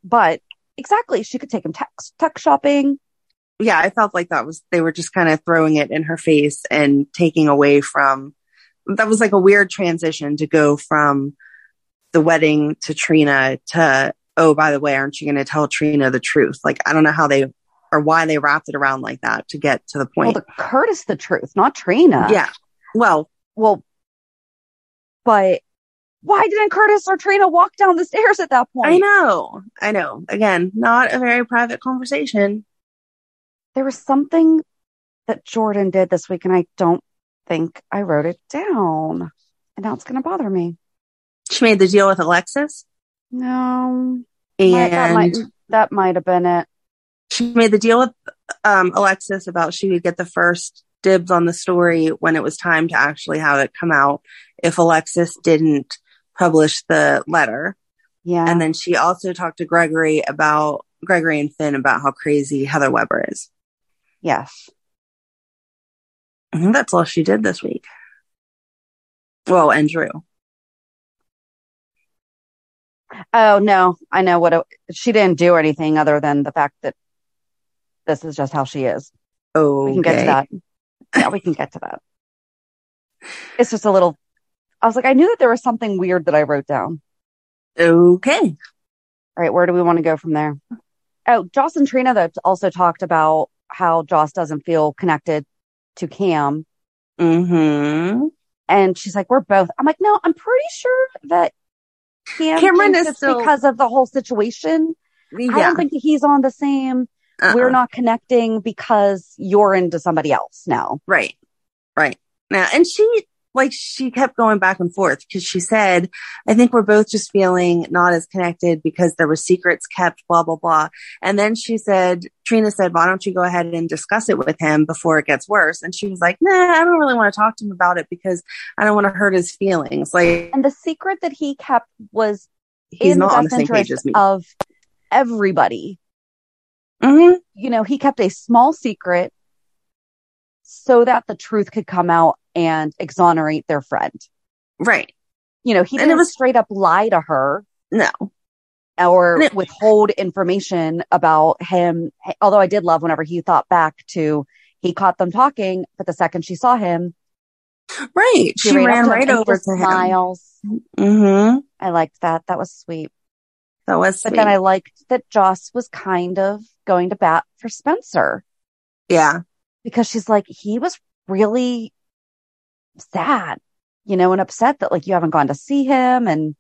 [SPEAKER 4] but exactly, she could take him tux tuck shopping.
[SPEAKER 5] Yeah, I felt like that was, they were just kind of throwing it in her face and taking away from, that was like a weird transition to go from the wedding to Trina to, oh, by the way, aren't you going to tell Trina the truth? Like, I don't know how they, or why they wrapped it around like that to get to the
[SPEAKER 4] Well,
[SPEAKER 5] point.
[SPEAKER 4] the Curtis the truth, not Trina.
[SPEAKER 5] yeah. Well,
[SPEAKER 4] Well, but why didn't Curtis or Trina walk down the stairs at that point?
[SPEAKER 5] I know. I know. Again, not a very private conversation.
[SPEAKER 4] There was something that Jordan did this week, and I don't think I wrote it down. And now it's going to bother me.
[SPEAKER 5] She made the deal with Alexis
[SPEAKER 4] No, My- that
[SPEAKER 5] and
[SPEAKER 4] might that might have been it.
[SPEAKER 5] she made the deal with um, Alexis about she would get the first dibs on the story when it was time to actually have it come out if Alexis didn't publish the letter.
[SPEAKER 4] Yeah,
[SPEAKER 5] And then she also talked to Gregory about Gregory and Finn about how crazy Heather Weber is.
[SPEAKER 4] yes,
[SPEAKER 5] I think that's all she did this week. Well, and Drew.
[SPEAKER 4] Oh no, I know what it, she didn't do anything other than the fact that this is just how she is.
[SPEAKER 5] Oh,
[SPEAKER 4] We can get to that. Yeah, we can get to that. It's just a little. I was like, I knew that there was something weird that I wrote down.
[SPEAKER 5] Okay.
[SPEAKER 4] All right, where do we want to go from there? Oh, Joss and Trina though also talked about how Joss doesn't feel connected to Cam,
[SPEAKER 5] Mm-hmm.
[SPEAKER 4] and she's like, "We're both." I'm like, "No, I'm pretty sure that Cam
[SPEAKER 5] Cameron
[SPEAKER 4] thinks
[SPEAKER 5] is
[SPEAKER 4] it's
[SPEAKER 5] still-
[SPEAKER 4] because of the whole situation. I
[SPEAKER 5] Yeah.
[SPEAKER 4] don't think that he's on the same.
[SPEAKER 5] Uh-uh.
[SPEAKER 4] We're not connecting because you're into somebody else now."
[SPEAKER 5] Right. Right. Now, and she, like, she kept going back and forth because she said, I think we're both just feeling not as connected because there were secrets kept, blah, blah, blah. And then she said, Trina said, why don't you go ahead and discuss it with him before it gets worse? And she was like, nah, I don't really want to talk to him about it because I don't want to hurt his feelings. Like,
[SPEAKER 4] And the secret that he kept was
[SPEAKER 5] he's
[SPEAKER 4] in
[SPEAKER 5] not
[SPEAKER 4] the
[SPEAKER 5] on the
[SPEAKER 4] best
[SPEAKER 5] same page
[SPEAKER 4] interest
[SPEAKER 5] as me.
[SPEAKER 4] of uh, everybody.
[SPEAKER 5] Mhm.
[SPEAKER 4] you know, he kept a small secret so that the truth could come out and exonerate their friend.
[SPEAKER 5] Right.
[SPEAKER 4] You know, he
[SPEAKER 5] And it
[SPEAKER 4] didn't
[SPEAKER 5] was-
[SPEAKER 4] straight up lie to her
[SPEAKER 5] No.
[SPEAKER 4] or
[SPEAKER 5] And it-
[SPEAKER 4] withhold information about him. Although I did love whenever he thought back to he caught them talking, but the second she saw him,
[SPEAKER 5] Right. She,
[SPEAKER 4] up
[SPEAKER 5] ran
[SPEAKER 4] to him
[SPEAKER 5] right
[SPEAKER 4] and
[SPEAKER 5] over
[SPEAKER 4] just
[SPEAKER 5] to him.
[SPEAKER 4] smiles.
[SPEAKER 5] Mm-hmm.
[SPEAKER 4] I liked that. That was sweet.
[SPEAKER 5] That was
[SPEAKER 4] But
[SPEAKER 5] sweet.
[SPEAKER 4] then I liked that Joss was kind of going to bat for Spencer.
[SPEAKER 5] yeah.
[SPEAKER 4] because she's like, he was really sad, you know, and upset that like you haven't gone to see him and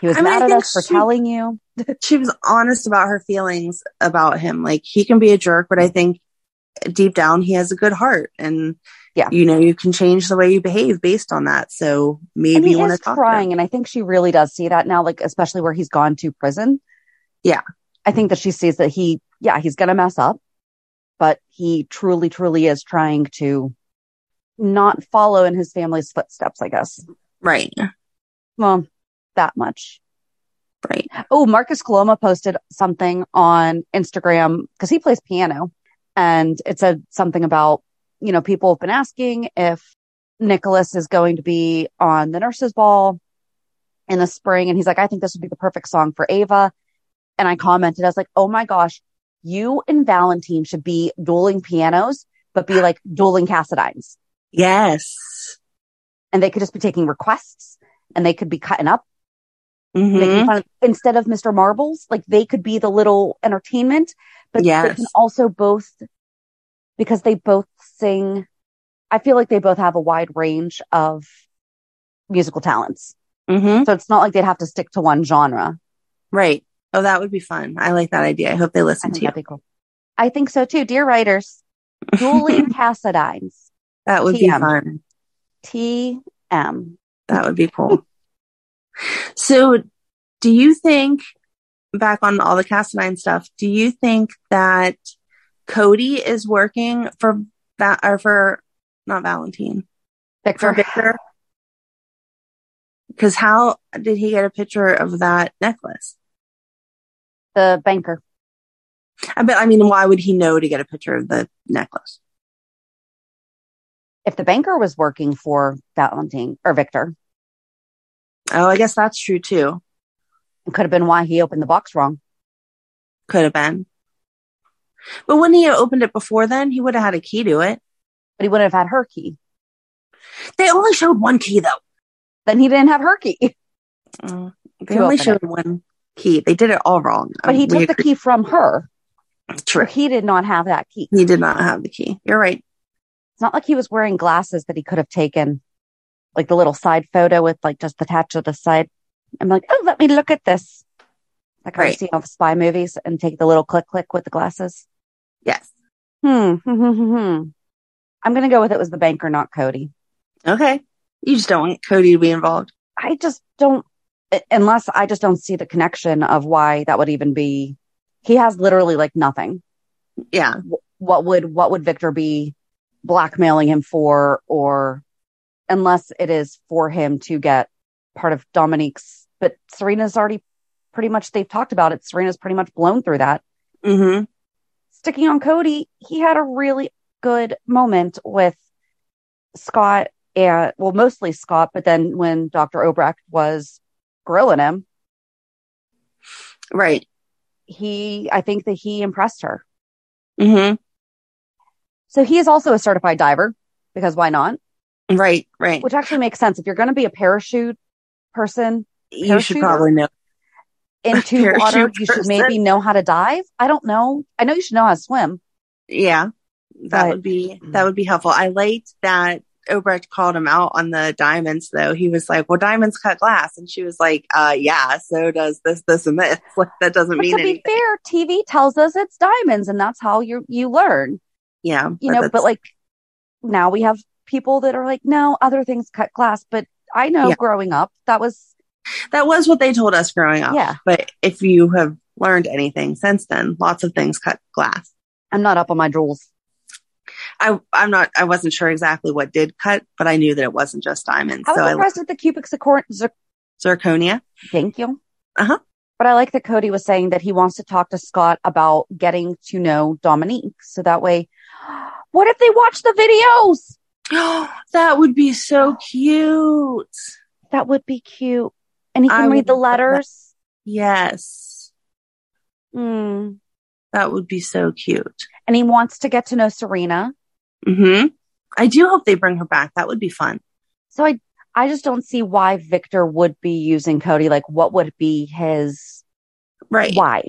[SPEAKER 4] he was
[SPEAKER 5] I mean, I
[SPEAKER 4] mad at
[SPEAKER 5] think
[SPEAKER 4] us for
[SPEAKER 5] she-
[SPEAKER 4] telling you.
[SPEAKER 5] she was honest about her feelings about him. Like he can be a jerk, but I think deep down he has a good heart, and
[SPEAKER 4] Yeah.
[SPEAKER 5] you know, you can change the way you behave based on that. So
[SPEAKER 4] And
[SPEAKER 5] maybe
[SPEAKER 4] he
[SPEAKER 5] you want
[SPEAKER 4] is
[SPEAKER 5] to talk. to him.
[SPEAKER 4] trying. And I think she really does see that now, like, especially where he's gone to prison.
[SPEAKER 5] Yeah.
[SPEAKER 4] I think that she sees that he, yeah, he's going to mess up, but he truly, truly is trying to not follow in his family's footsteps, I guess.
[SPEAKER 5] Right,
[SPEAKER 4] Well, that much.
[SPEAKER 5] right.
[SPEAKER 4] Oh, Marcus Coloma posted something on Instagram because he plays piano and it said something about, you know, people have been asking if Nicholas is going to be on the nurses ball in the spring. And he's like, I think this would be the perfect song for Ava. And I commented, I was like, Oh my gosh, you and Valentine should be dueling pianos, but be like dueling Cassadines
[SPEAKER 5] Yes.
[SPEAKER 4] and they could just be taking requests and they could be cutting up
[SPEAKER 5] hmm
[SPEAKER 4] making fun of, instead of Mr. Marbles, like they could be the little entertainment, but they
[SPEAKER 5] Yes.
[SPEAKER 4] can also both, because they both sing. I feel like they both have a wide range of musical talents.
[SPEAKER 5] hmm
[SPEAKER 4] So it's not like they'd have to stick to one genre.
[SPEAKER 5] Right. Oh, that would be fun. I like that idea. I hope they
[SPEAKER 4] I
[SPEAKER 5] listen
[SPEAKER 4] think
[SPEAKER 5] to you.
[SPEAKER 4] that'd be cool. I think so too. Dear writers, Julian Cassadines,
[SPEAKER 5] that would be
[SPEAKER 4] TM.
[SPEAKER 5] fun.
[SPEAKER 4] TM.
[SPEAKER 5] That would be cool. so, do you think, back on all the Castanine stuff, do you think that Cody is working for, Va- or for, not Valentine, for
[SPEAKER 4] Victor.
[SPEAKER 5] Victor? Because how did he get a picture of that necklace?
[SPEAKER 4] the banker.
[SPEAKER 5] I bet, I mean, why would he know to get a picture of the necklace?
[SPEAKER 4] If the banker was working for Valentine or Victor,
[SPEAKER 5] Oh, I guess that's true too.
[SPEAKER 4] it could have been why he opened the box wrong.
[SPEAKER 5] Could have been. But wouldn't he have opened it before then? He would have had a key to it.
[SPEAKER 4] but he wouldn't have had her key.
[SPEAKER 5] They only showed one key though.
[SPEAKER 4] Then he didn't have her key.
[SPEAKER 5] Mm, They
[SPEAKER 4] To
[SPEAKER 5] only
[SPEAKER 4] open
[SPEAKER 5] showed one key. They did it all wrong.
[SPEAKER 4] But he
[SPEAKER 5] Um,
[SPEAKER 4] took
[SPEAKER 5] we
[SPEAKER 4] the
[SPEAKER 5] agree.
[SPEAKER 4] key from her.
[SPEAKER 5] True.
[SPEAKER 4] He did not have that key.
[SPEAKER 5] He did not have the key. You're right.
[SPEAKER 4] It's not like he was wearing glasses that he could have taken, like the little side photo with like just the tattoo to the side. I'm like, oh, let me look at this. Like I
[SPEAKER 5] Right.
[SPEAKER 4] see all the spy movies and take the little click click with the glasses.
[SPEAKER 5] Yes.
[SPEAKER 4] Hmm. hmm, hmm, hmm, hmm. I'm gonna go with it was the banker, not Cody.
[SPEAKER 5] Okay. You just don't want Cody to be involved.
[SPEAKER 4] I just don't, unless I just don't see the connection of why that would even be. He has literally like nothing.
[SPEAKER 5] Yeah.
[SPEAKER 4] what would what would Victor be blackmailing him for or unless it is for him to get part of Dominique's but Serena's already pretty much they've talked about it Serena's pretty much blown through that
[SPEAKER 5] Mm-hmm.
[SPEAKER 4] sticking on Cody he had a really good moment with Scott and well mostly Scott but then when Dr. Obrecht was grilling him
[SPEAKER 5] Right.
[SPEAKER 4] he I think that he impressed her
[SPEAKER 5] Mm-hmm.
[SPEAKER 4] so he is also a certified diver because why not
[SPEAKER 5] Right. Right.
[SPEAKER 4] which actually makes sense if you're going to be a parachute person
[SPEAKER 5] You should
[SPEAKER 4] parachuter.
[SPEAKER 5] probably know.
[SPEAKER 4] into
[SPEAKER 5] Parachute
[SPEAKER 4] water you should
[SPEAKER 5] person.
[SPEAKER 4] maybe know how to dive i don't know i know you should know how to swim
[SPEAKER 5] Yeah. That
[SPEAKER 4] But-
[SPEAKER 5] would be that would be helpful. I liked that Obrecht called him out on the diamonds though. He was like, Well, diamonds cut glass and she was like, uh yeah, so does this, this and this. Like that doesn't
[SPEAKER 4] but
[SPEAKER 5] mean
[SPEAKER 4] to be
[SPEAKER 5] anything.
[SPEAKER 4] fair tv tells us it's diamonds and that's how you you learn
[SPEAKER 5] Yeah.
[SPEAKER 4] you know but
[SPEAKER 5] that's-
[SPEAKER 4] like now we have people that are like no other things cut glass but i know
[SPEAKER 5] Yeah.
[SPEAKER 4] growing up that was
[SPEAKER 5] that was what they told us growing up.
[SPEAKER 4] Yeah.
[SPEAKER 5] But if you have learned anything since then, lots of things cut glass.
[SPEAKER 4] i'm not up on my jewels
[SPEAKER 5] I I'm not I wasn't sure exactly what did cut, but I knew that it wasn't just diamonds.
[SPEAKER 4] i was
[SPEAKER 5] so I
[SPEAKER 4] surprised at the cubic zircon zir-
[SPEAKER 5] zirconia.
[SPEAKER 4] thank you
[SPEAKER 5] Uh-huh.
[SPEAKER 4] but i like that cody was saying that he wants to talk to scott about getting to know dominique so that way what if they watch the videos
[SPEAKER 5] that would be so cute.
[SPEAKER 4] That would be cute. And he
[SPEAKER 5] I
[SPEAKER 4] can
[SPEAKER 5] would
[SPEAKER 4] read the
[SPEAKER 5] love that.
[SPEAKER 4] letters.
[SPEAKER 5] Yes. Hmm.
[SPEAKER 4] Mm.
[SPEAKER 5] That would be so cute.
[SPEAKER 4] And he wants to get to know Serena.
[SPEAKER 5] hmm I do hope they bring her back. That would be fun.
[SPEAKER 4] So I, I just don't see why Victor would be using Cody. Like, what would be his
[SPEAKER 5] Right.
[SPEAKER 4] why?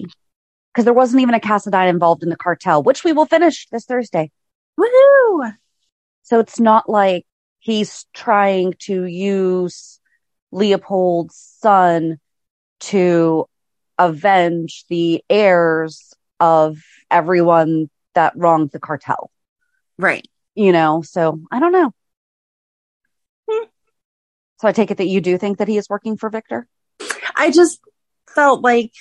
[SPEAKER 4] Because there wasn't even a Cassadine involved in the cartel, which we will finish this Thursday.
[SPEAKER 5] Woohoo!
[SPEAKER 4] So it's not like he's trying to use Leopold's son to avenge the heirs of everyone that wronged the cartel.
[SPEAKER 5] Right.
[SPEAKER 4] you know so i don't know
[SPEAKER 5] Hmm.
[SPEAKER 4] so i take it that you do think that he is working for victor
[SPEAKER 5] I just felt like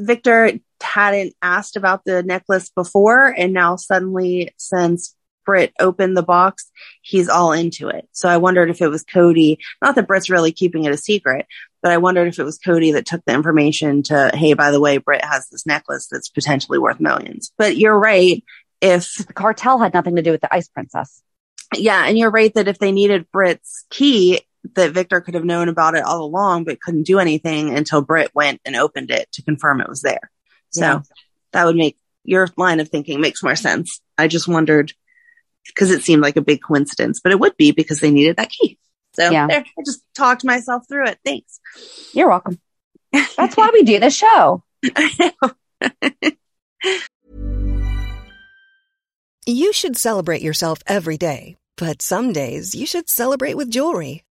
[SPEAKER 5] Victor hadn't asked about the necklace before, and now suddenly, since Britt opened the box, he's all into it. So I wondered if it was Cody. Not that Britt's really keeping it a secret, but I wondered if it was Cody that took the information to, hey, by the way, Britt has this necklace that's potentially worth millions. But you're right. If
[SPEAKER 4] the cartel had nothing to do with the ice princess
[SPEAKER 5] Yeah, and you're right that if they needed Britt's key, that Victor could have known about it all along, but couldn't do anything until Britt went and opened it to confirm it was there. So
[SPEAKER 4] Yeah.
[SPEAKER 5] that would make your line of thinking makes more sense. I just wondered because it seemed like a big coincidence, but it would be because they needed that key. So
[SPEAKER 4] Yeah.
[SPEAKER 5] there, I just talked myself through it. Thanks.
[SPEAKER 4] you're welcome that's why we do this show
[SPEAKER 6] You should celebrate yourself every day, but some days you should celebrate with jewelry.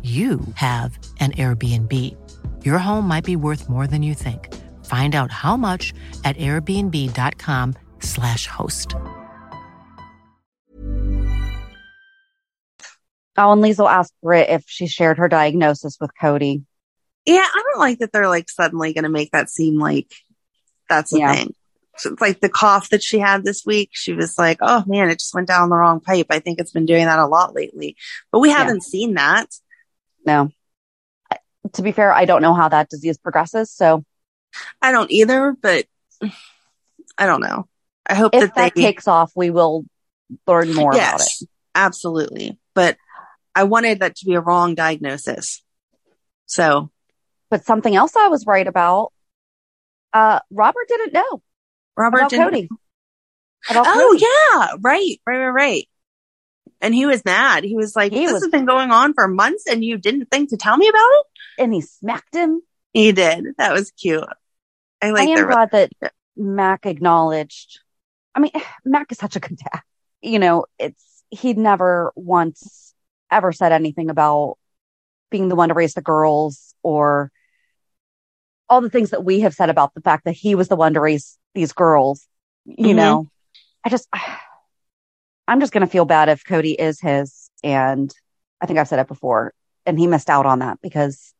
[SPEAKER 1] you have an Airbnb. Your home might be worth more than you think. Find out how much at airbnb.com/slash host.
[SPEAKER 4] Oh, and Liesl asked Britt if she shared her diagnosis with Cody.
[SPEAKER 5] Yeah, I don't like that they're like suddenly going to make that seem like that's the
[SPEAKER 4] Yeah.
[SPEAKER 5] thing. So it's like the cough that she had this week. She was like, "Oh man, it just went down the wrong pipe." I think it's been doing that a lot lately, but we
[SPEAKER 4] Yeah.
[SPEAKER 5] haven't seen that.
[SPEAKER 4] No. I- To be fair, I don't know how that disease progresses. So
[SPEAKER 5] I don't either, but I don't know. I hope
[SPEAKER 4] if
[SPEAKER 5] that
[SPEAKER 4] that
[SPEAKER 5] they
[SPEAKER 4] takes off, we will learn more about it.
[SPEAKER 5] yes, absolutely. But I wanted that to be a wrong diagnosis. So
[SPEAKER 4] But something else I was right about, uh, Robert didn't know
[SPEAKER 5] Robert
[SPEAKER 4] about
[SPEAKER 5] didn't-
[SPEAKER 4] Cody. About
[SPEAKER 5] Oh
[SPEAKER 4] Cody.
[SPEAKER 5] yeah, right, right, right, right. And he was mad. He was like,
[SPEAKER 4] He
[SPEAKER 5] "This
[SPEAKER 4] was-
[SPEAKER 5] has been going on for months, and you didn't think to tell me about it."
[SPEAKER 4] And he smacked him.
[SPEAKER 5] He did. That was cute. I like
[SPEAKER 4] I am
[SPEAKER 5] the
[SPEAKER 4] glad that Mac acknowledged. I mean, Mac is such a good dad. You know, it's he never once ever said anything about being the one to raise the girls or all the things that we have said about the fact that he was the one to raise these girls. You
[SPEAKER 5] Mhm.
[SPEAKER 4] know, I just, I'm just going to feel bad if Cody is his. And I think I've said it before and he missed out on that because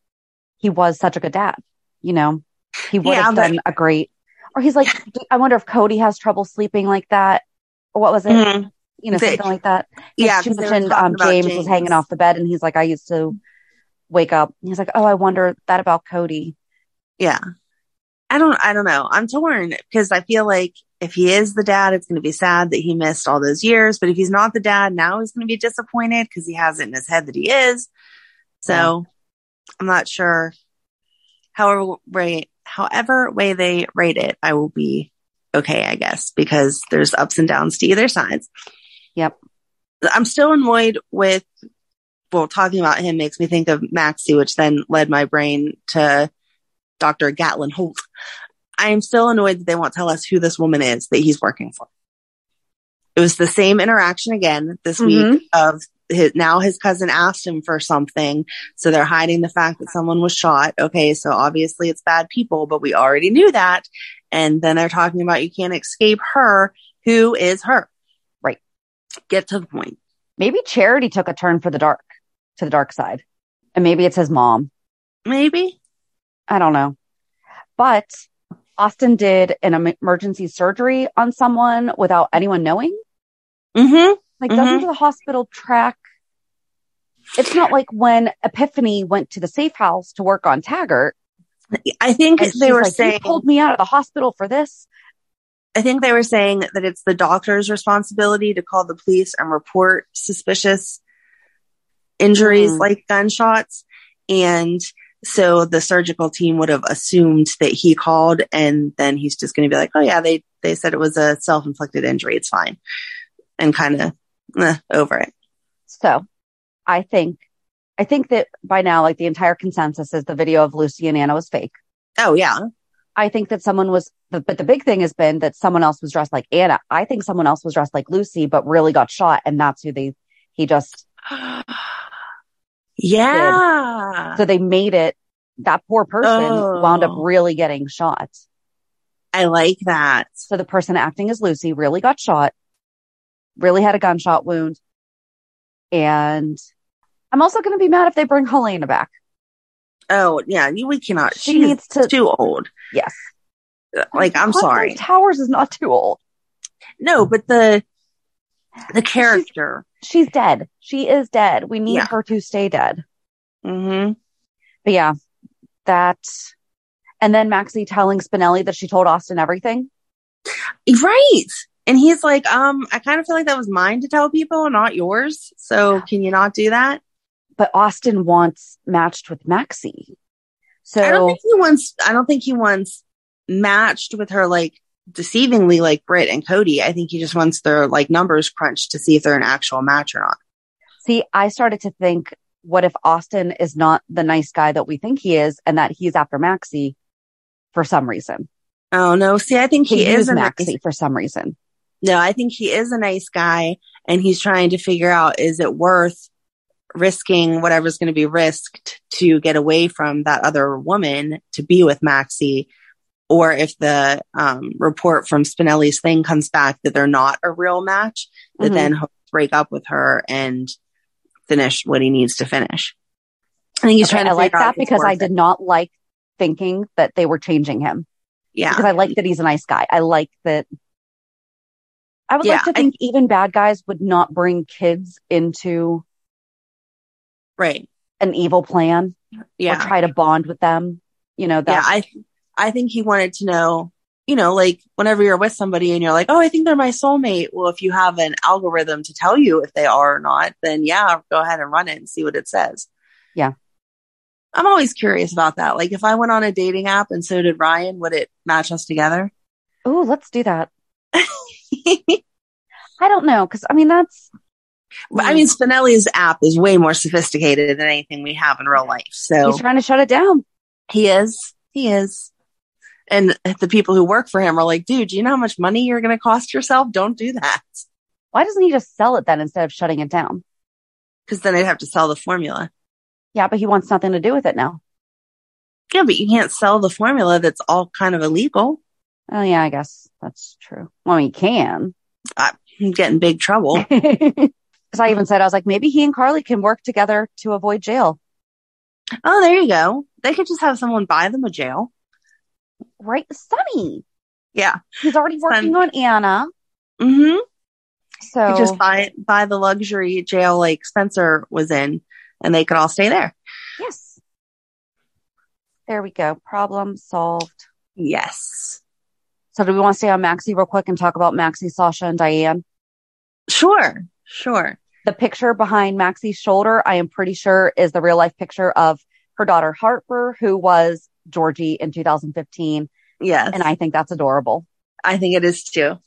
[SPEAKER 4] he was such a good dad. You know, he would
[SPEAKER 5] Yeah,
[SPEAKER 4] have
[SPEAKER 5] but-
[SPEAKER 4] done a great, or he's like, "Do- I wonder if Cody has trouble sleeping like that. Or what was it?
[SPEAKER 5] Mhm.
[SPEAKER 4] You know,
[SPEAKER 5] Vic.
[SPEAKER 4] something like that.
[SPEAKER 5] yeah.
[SPEAKER 4] She
[SPEAKER 5] 'cause they were
[SPEAKER 4] mentioned
[SPEAKER 5] talking
[SPEAKER 4] um,
[SPEAKER 5] about
[SPEAKER 4] James, was hanging off the bed and he's like, I used to wake up. and He's like, Oh, I wonder that about Cody.
[SPEAKER 5] Yeah, I don't. I don't know. I'm torn because I feel like if he is the dad, it's going to be sad that he missed all those years. But if he's not the dad, now he's going to be disappointed because he has it in his head that he is. So I'm not sure. However, way, however way they rate it, I will be okay, I guess, because there's ups and downs to either sides.
[SPEAKER 4] Yep.
[SPEAKER 5] I'm still annoyed with, well, talking about him makes me think of Maxie, which then led my brain to Dr. Gatlin Holt. I am still annoyed that they won't tell us who this woman is that he's working for. It was the same interaction again this week of his, now his cousin asked him for something. So they're hiding the fact that someone was shot. Okay. So obviously it's bad people, but we already knew that. And then they're talking about you can't escape her. Who is her?
[SPEAKER 4] Right.
[SPEAKER 5] Get to the point.
[SPEAKER 4] Maybe Charity took a turn for the dark, to the dark side. And maybe it's his mom.
[SPEAKER 5] maybe.
[SPEAKER 4] I don't know. But Austin did an em- emergency surgery on someone without anyone knowing.
[SPEAKER 5] Mm-hmm.
[SPEAKER 4] Like,
[SPEAKER 5] Mhm.
[SPEAKER 4] doesn't the hospital track? It's not like when Epiphany went to the safe house to work on Taggart.
[SPEAKER 5] I think
[SPEAKER 4] And
[SPEAKER 5] they
[SPEAKER 4] she's
[SPEAKER 5] were
[SPEAKER 4] like,
[SPEAKER 5] saying.
[SPEAKER 4] "You pulled me out of the hospital for this.
[SPEAKER 5] I think they were saying that it's the doctor's responsibility to call the police and report suspicious injuries
[SPEAKER 4] Mm.
[SPEAKER 5] like gunshots, and so the surgical team would have assumed that he called, and then he's just going to be like, "Oh yeah, they they said it was a self inflicted injury. It's fine," and kind of over it.
[SPEAKER 4] So I think, I think that by now, like the entire consensus is the video of Lucy and Anna was fake.
[SPEAKER 5] Oh yeah,
[SPEAKER 4] I think that someone was, but but the big thing has been that someone else was dressed like Anna. I think someone else was dressed like Lucy, but really got shot. And that's who they, he just,
[SPEAKER 5] yeah.
[SPEAKER 4] so they made it that poor person wound up
[SPEAKER 5] Oh.
[SPEAKER 4] really getting shot.
[SPEAKER 5] I like that.
[SPEAKER 4] So the person acting as Lucy really got shot, really had a gunshot wound. And I'm also going to be mad if they bring Helena back.
[SPEAKER 5] Oh yeah, you- we cannot.
[SPEAKER 4] She
[SPEAKER 5] she's
[SPEAKER 4] needs to-
[SPEAKER 5] too old.
[SPEAKER 4] Yes.
[SPEAKER 5] Like
[SPEAKER 4] Hawthorne
[SPEAKER 5] I'm sorry.
[SPEAKER 4] Towers is not too old.
[SPEAKER 5] No, but the the character.
[SPEAKER 4] She's dead. She is dead. We need
[SPEAKER 5] Yeah.
[SPEAKER 4] Mm-hmm. her to stay dead.
[SPEAKER 5] hmm
[SPEAKER 4] But yeah, that. And then Maxie telling Spinelli that she told Austin everything.
[SPEAKER 5] Right. And he's like, um, I kind of feel like that was mine to tell people, not yours. So can you not do that?
[SPEAKER 4] But Austin wants matched with Maxie. So
[SPEAKER 5] I don't think he wants I don't think he wants matched with her like deceivingly like Britt and Cody. I think he just wants their like numbers crunched to see if they're an actual match or not.
[SPEAKER 4] see, I started to think, what if Austin is not the nice guy that we think he is and that he's after Maxie for some reason?
[SPEAKER 5] Oh no. See, I think he, is
[SPEAKER 4] used
[SPEAKER 5] a nice
[SPEAKER 4] Maxie for some reason.
[SPEAKER 5] No, I think he is a nice guy and he's trying to figure out is it worth risking whatever's going to be risked to get away from that other woman to be with Maxie or if the um, report from Spinelli's thing comes back that they're not a real match, that
[SPEAKER 4] Mhm.
[SPEAKER 5] then he'll break up with her and finish what he needs to finish. I think he's
[SPEAKER 4] Okay,
[SPEAKER 5] trying to
[SPEAKER 4] I like
[SPEAKER 5] figure
[SPEAKER 4] that
[SPEAKER 5] out if it's
[SPEAKER 4] because I
[SPEAKER 5] worth
[SPEAKER 4] did
[SPEAKER 5] it.
[SPEAKER 4] not like thinking that they were changing him
[SPEAKER 5] Yeah.
[SPEAKER 4] because I like that he's a nice guy. I like that. I would
[SPEAKER 5] Yeah,
[SPEAKER 4] like to
[SPEAKER 5] I-
[SPEAKER 4] think even bad guys would not bring kids into
[SPEAKER 5] Right.
[SPEAKER 4] an evil plan
[SPEAKER 5] Yeah.
[SPEAKER 4] or try to bond with them. You know,
[SPEAKER 5] yeah
[SPEAKER 4] that
[SPEAKER 5] i i think he wanted to know you know like whenever you're with somebody and you're like oh i think they're my soulmate well if you have an algorithm to tell you if they are or not then yeah go ahead and run it and see what it says
[SPEAKER 4] Yeah.
[SPEAKER 5] i'm always curious about that like if i went on a dating app and so did ryan would it match us together
[SPEAKER 4] oh, let's do that. I don't know. Cause I mean, that's,
[SPEAKER 5] But,
[SPEAKER 4] Hmm.
[SPEAKER 5] i mean spinelli's app is way more sophisticated than anything we have in real life so
[SPEAKER 4] he's trying to shut it down.
[SPEAKER 5] He is. He is. And the people who work for him are like, dude, do you know how much money you're going to cost yourself? Don't do that.
[SPEAKER 4] Why doesn't he just sell it then instead of shutting it down?
[SPEAKER 5] Because then I'd have to sell the formula.
[SPEAKER 4] Yeah, but he wants nothing to do with it now.
[SPEAKER 5] Yeah, but you can't sell the formula that's all kind of illegal.
[SPEAKER 4] Oh yeah, I guess that's true. Well, he can.
[SPEAKER 5] You get in big trouble.
[SPEAKER 4] Because I even said, I was like, maybe he and Carly can work together to avoid jail.
[SPEAKER 5] oh, there you go. They could just have someone buy them a jail.
[SPEAKER 4] Right? Sonny.
[SPEAKER 5] Yeah.
[SPEAKER 4] He's already working
[SPEAKER 5] Son-
[SPEAKER 4] on Anna.
[SPEAKER 5] Mm-hmm.
[SPEAKER 4] So,
[SPEAKER 5] Could just buy buy the luxury jail like Spencer was in, and they could all stay there.
[SPEAKER 4] yes. There we go. Problem solved.
[SPEAKER 5] Yes.
[SPEAKER 4] So, do we want to stay on Maxie real quick and talk about Maxie, Sasha, and Diane?
[SPEAKER 5] Sure. Sure.
[SPEAKER 4] The picture behind Maxie's shoulder, I am pretty sure, is the real life picture of her daughter Harper, who was Georgie in 2015.
[SPEAKER 5] Yes.
[SPEAKER 4] And I think that's adorable.
[SPEAKER 5] I think it is too.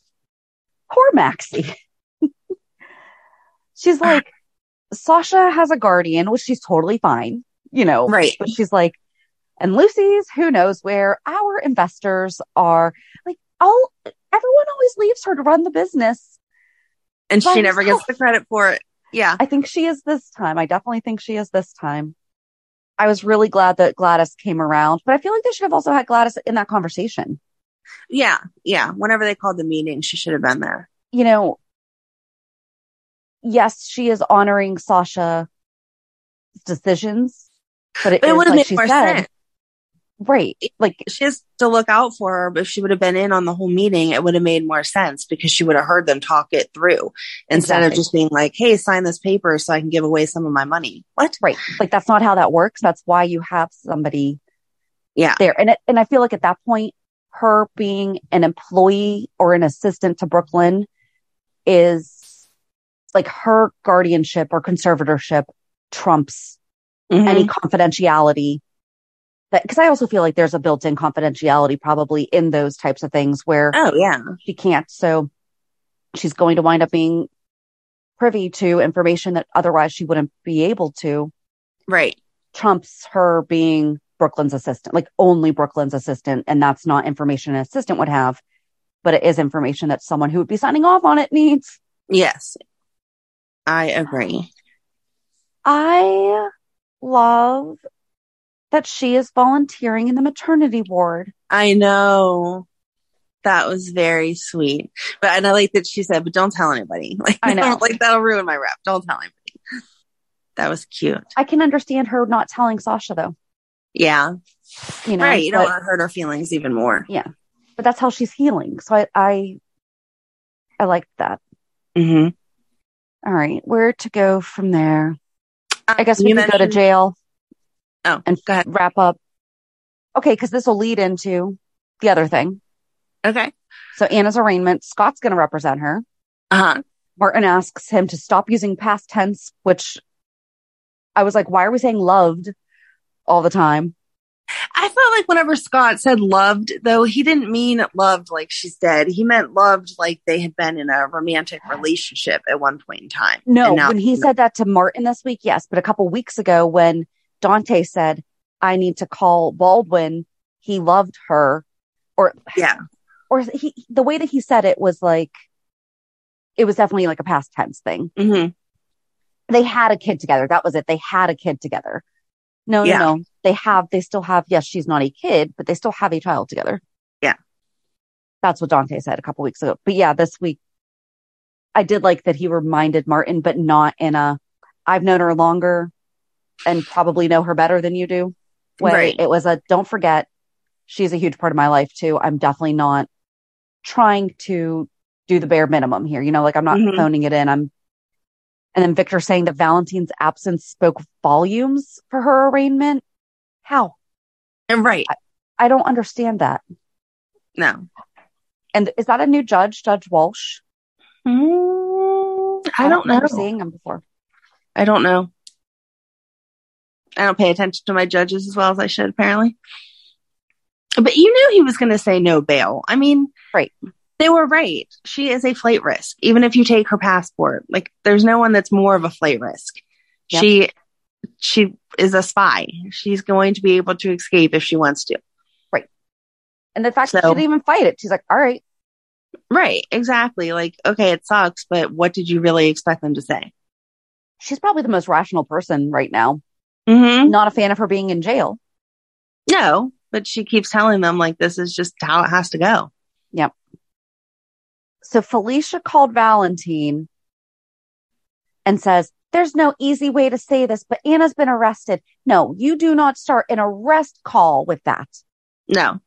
[SPEAKER 4] poor Maxie. she's like, Sasha has a guardian, which she's totally fine, you know.
[SPEAKER 5] Right.
[SPEAKER 4] But she's like, and Lucy's, who knows where our investors are. Like, oh, everyone always leaves her to run the business.
[SPEAKER 5] And
[SPEAKER 4] By
[SPEAKER 5] she never
[SPEAKER 4] herself.
[SPEAKER 5] gets the credit for it. Yeah.
[SPEAKER 4] I think she is this time. I definitely think she is this time. I was really glad that Gladys came around, but I feel like they should have also had Gladys in that conversation.
[SPEAKER 5] Yeah, yeah. Whenever they called the meeting, she should have been there.
[SPEAKER 4] you know, yes, she is honoring Sasha's decisions, but it,
[SPEAKER 5] But it
[SPEAKER 4] is,
[SPEAKER 5] would have
[SPEAKER 4] like
[SPEAKER 5] made
[SPEAKER 4] she
[SPEAKER 5] more
[SPEAKER 4] said,
[SPEAKER 5] sense.
[SPEAKER 4] right? Like,
[SPEAKER 5] She has to look out for her, but if she would have been in on the whole meeting, it would have made more sense because she would have heard them talk it through instead of
[SPEAKER 4] Exactly.
[SPEAKER 5] just being like, hey, sign this paper so I can give away some of my money. What?
[SPEAKER 4] right? Like that's not how that works. That's why you have somebody,
[SPEAKER 5] Yeah.
[SPEAKER 4] there. And it, and I feel like at that point, her being an employee or an assistant to Brooklyn is like her guardianship or conservatorship trumps
[SPEAKER 5] Mhm.
[SPEAKER 4] any confidentiality that because I also feel like there's a built-in confidentiality probably in those types of things where
[SPEAKER 5] Oh, yeah.
[SPEAKER 4] she can't. So she's going to wind up being privy to information that otherwise she wouldn't be able to.
[SPEAKER 5] Right.
[SPEAKER 4] Trumps her being Brooklyn's assistant, like only Brooklyn's assistant, and that's not information an assistant would have, but it is information that someone who would be signing off on it needs.
[SPEAKER 5] Yes. I agree.
[SPEAKER 4] I love that she is volunteering in the maternity ward.
[SPEAKER 5] I know. That was very sweet. But and I like that she said, but don't tell anybody. Like
[SPEAKER 4] I know.
[SPEAKER 5] like that'll ruin my rep. Don't tell anybody. That was cute.
[SPEAKER 4] I can understand her not telling Sasha though.
[SPEAKER 5] Yeah.
[SPEAKER 4] You know,
[SPEAKER 5] right. You uh, don't
[SPEAKER 4] but,
[SPEAKER 5] want to hurt her feelings even more.
[SPEAKER 4] but that's how she's healing. So I, I, I like that.
[SPEAKER 5] Mm-hmm.
[SPEAKER 4] All right, where to go from there? I guess we
[SPEAKER 5] you
[SPEAKER 4] can go to
[SPEAKER 5] mentioned-
[SPEAKER 4] jail
[SPEAKER 5] Oh,
[SPEAKER 4] and
[SPEAKER 5] Uh, go ahead.
[SPEAKER 4] wrap up Okay, because this will lead into the other thing.
[SPEAKER 5] Okay.
[SPEAKER 4] So Anna's arraignment, Scott's going to represent her.
[SPEAKER 5] Uh huh.
[SPEAKER 4] Martin asks him to stop using past tense, which I was like, why are we saying loved all the time?
[SPEAKER 5] I felt like whenever Scott said loved, though, he didn't mean loved like she's dead. He meant loved like they had been in a romantic relationship at one point in time.
[SPEAKER 4] No,
[SPEAKER 5] And now-
[SPEAKER 4] when he said that to Martin this week, yes. But a couple weeks ago, when Dante said, I need to call Baldwin, he loved her. Or,
[SPEAKER 5] Yeah.
[SPEAKER 4] Or he, the way that he said it was like, it was definitely like a past tense thing.
[SPEAKER 5] Mhm.
[SPEAKER 4] They had a kid together. That was it. They had a kid together. No,
[SPEAKER 5] Yeah.
[SPEAKER 4] no, no. They have, they still have, yes, she's not a kid, but they still have a child together.
[SPEAKER 5] Yeah.
[SPEAKER 4] That's what Dante said a couple weeks ago. But yeah, this week, I did like that he reminded Martin, but not in a, I've known her longer and probably know her better than you do way.
[SPEAKER 5] Right.
[SPEAKER 4] It was a, don't forget, she's a huge part of my life too. I'm definitely not trying to do the bare minimum here. You know, like I'm not
[SPEAKER 5] Mhm.
[SPEAKER 4] phoning it in. I'm, and then Victor saying that Valentine's absence spoke volumes for her arraignment. How?
[SPEAKER 5] And right.
[SPEAKER 4] I don't understand that.
[SPEAKER 5] No.
[SPEAKER 4] And is that a new judge, Judge Walsh?
[SPEAKER 5] Mm, I don't know.
[SPEAKER 4] remember seeing him before.
[SPEAKER 5] I don't know. I don't pay attention to my judges as well as I should, apparently. But you knew he was going to say no bail. I mean,
[SPEAKER 4] Right.
[SPEAKER 5] They were right. She is a flight risk, even if you take her passport. Like, there's no one that's more of a flight risk.
[SPEAKER 4] Yeah.
[SPEAKER 5] She, she is a spy. She's going to be able to escape if she wants to.
[SPEAKER 4] And the fact that she
[SPEAKER 5] So-
[SPEAKER 4] didn't even fight it, she's like, all right,
[SPEAKER 5] Right. Exactly. Like, okay, it sucks, but what did you really expect them to say?
[SPEAKER 4] she's probably the most rational person right now.
[SPEAKER 5] Mm-hmm.
[SPEAKER 4] Not a fan of her being in jail.
[SPEAKER 5] No, but she keeps telling them like this is just how it has to go.
[SPEAKER 4] So Felicia called Valentine and says, There's no easy way to say this, but Anna's been arrested. No, you do not start an arrest call with that.
[SPEAKER 5] No.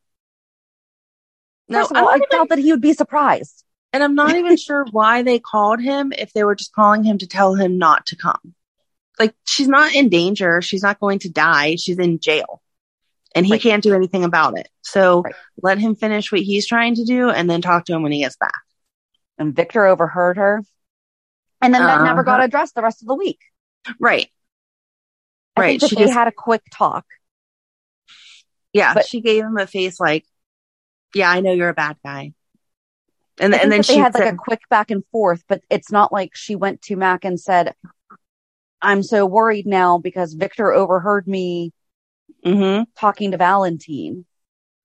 [SPEAKER 5] No,
[SPEAKER 4] First of all,
[SPEAKER 5] I'm
[SPEAKER 4] I
[SPEAKER 5] not even-
[SPEAKER 4] doubt that he would be surprised.
[SPEAKER 5] and I'm not even sure why they called him if they were just calling him to tell him not to come. Like she's not in danger, she's not going to die, she's in jail. And he
[SPEAKER 4] Right.
[SPEAKER 5] can't do anything about it. So
[SPEAKER 4] Right.
[SPEAKER 5] let him finish what he's trying to do and then talk to him when he gets back.
[SPEAKER 4] And Victor overheard her. And then that never got
[SPEAKER 5] Uh-huh.
[SPEAKER 4] addressed the rest of the week.
[SPEAKER 5] Right.
[SPEAKER 4] I
[SPEAKER 5] Right.
[SPEAKER 4] think that
[SPEAKER 5] She
[SPEAKER 4] they
[SPEAKER 5] just-
[SPEAKER 4] had a quick talk.
[SPEAKER 5] Yeah.
[SPEAKER 4] But-
[SPEAKER 5] she gave him a face like, Yeah, I know you're a bad guy. And
[SPEAKER 4] I
[SPEAKER 5] then and then
[SPEAKER 4] think that
[SPEAKER 5] she
[SPEAKER 4] they had like
[SPEAKER 5] said-
[SPEAKER 4] a quick back and forth, but it's not like she went to Mac and said, I'm so worried now because Victor overheard me
[SPEAKER 5] Mhm.
[SPEAKER 4] talking to Valentine.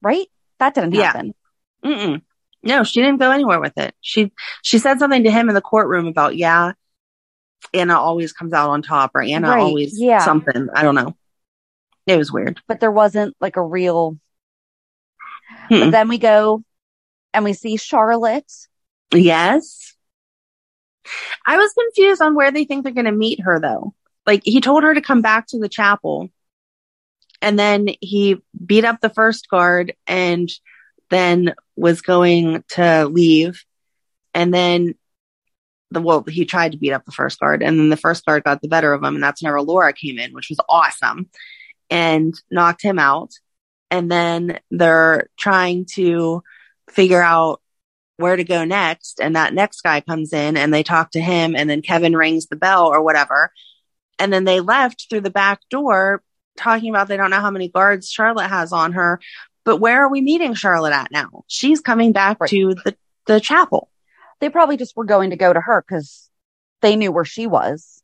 [SPEAKER 4] Right? That didn't
[SPEAKER 5] Yeah.
[SPEAKER 4] happen.
[SPEAKER 5] Mm-mm. No, she didn't go anywhere with it. She she said something to him in the courtroom about yeah, Anna always comes out on top, or Anna
[SPEAKER 4] Right,
[SPEAKER 5] always
[SPEAKER 4] yeah.
[SPEAKER 5] something. I don't know. It was weird.
[SPEAKER 4] But there wasn't like a real.
[SPEAKER 5] Hmm.
[SPEAKER 4] But then we go and we see Charlotte.
[SPEAKER 5] Yes, I was confused on where they think they're going to meet her though. Like he told her to come back to the chapel, and then he beat up the first guard, and then was going to leave, and then the well, he tried to beat up the first guard, and then the first guard got the better of him, and that's whenever Laura came in, which was awesome, and knocked him out. And then they're trying to figure out where to go next, and that next guy comes in, and they talk to him, and then Kevin rings the bell or whatever, and then they left through the back door, talking about they don't know how many guards Charlotte has on her. But where are we meeting Charlotte at now? She's coming back
[SPEAKER 4] Right.
[SPEAKER 5] to the, the chapel.
[SPEAKER 4] They probably just were going to go to her because they knew where she was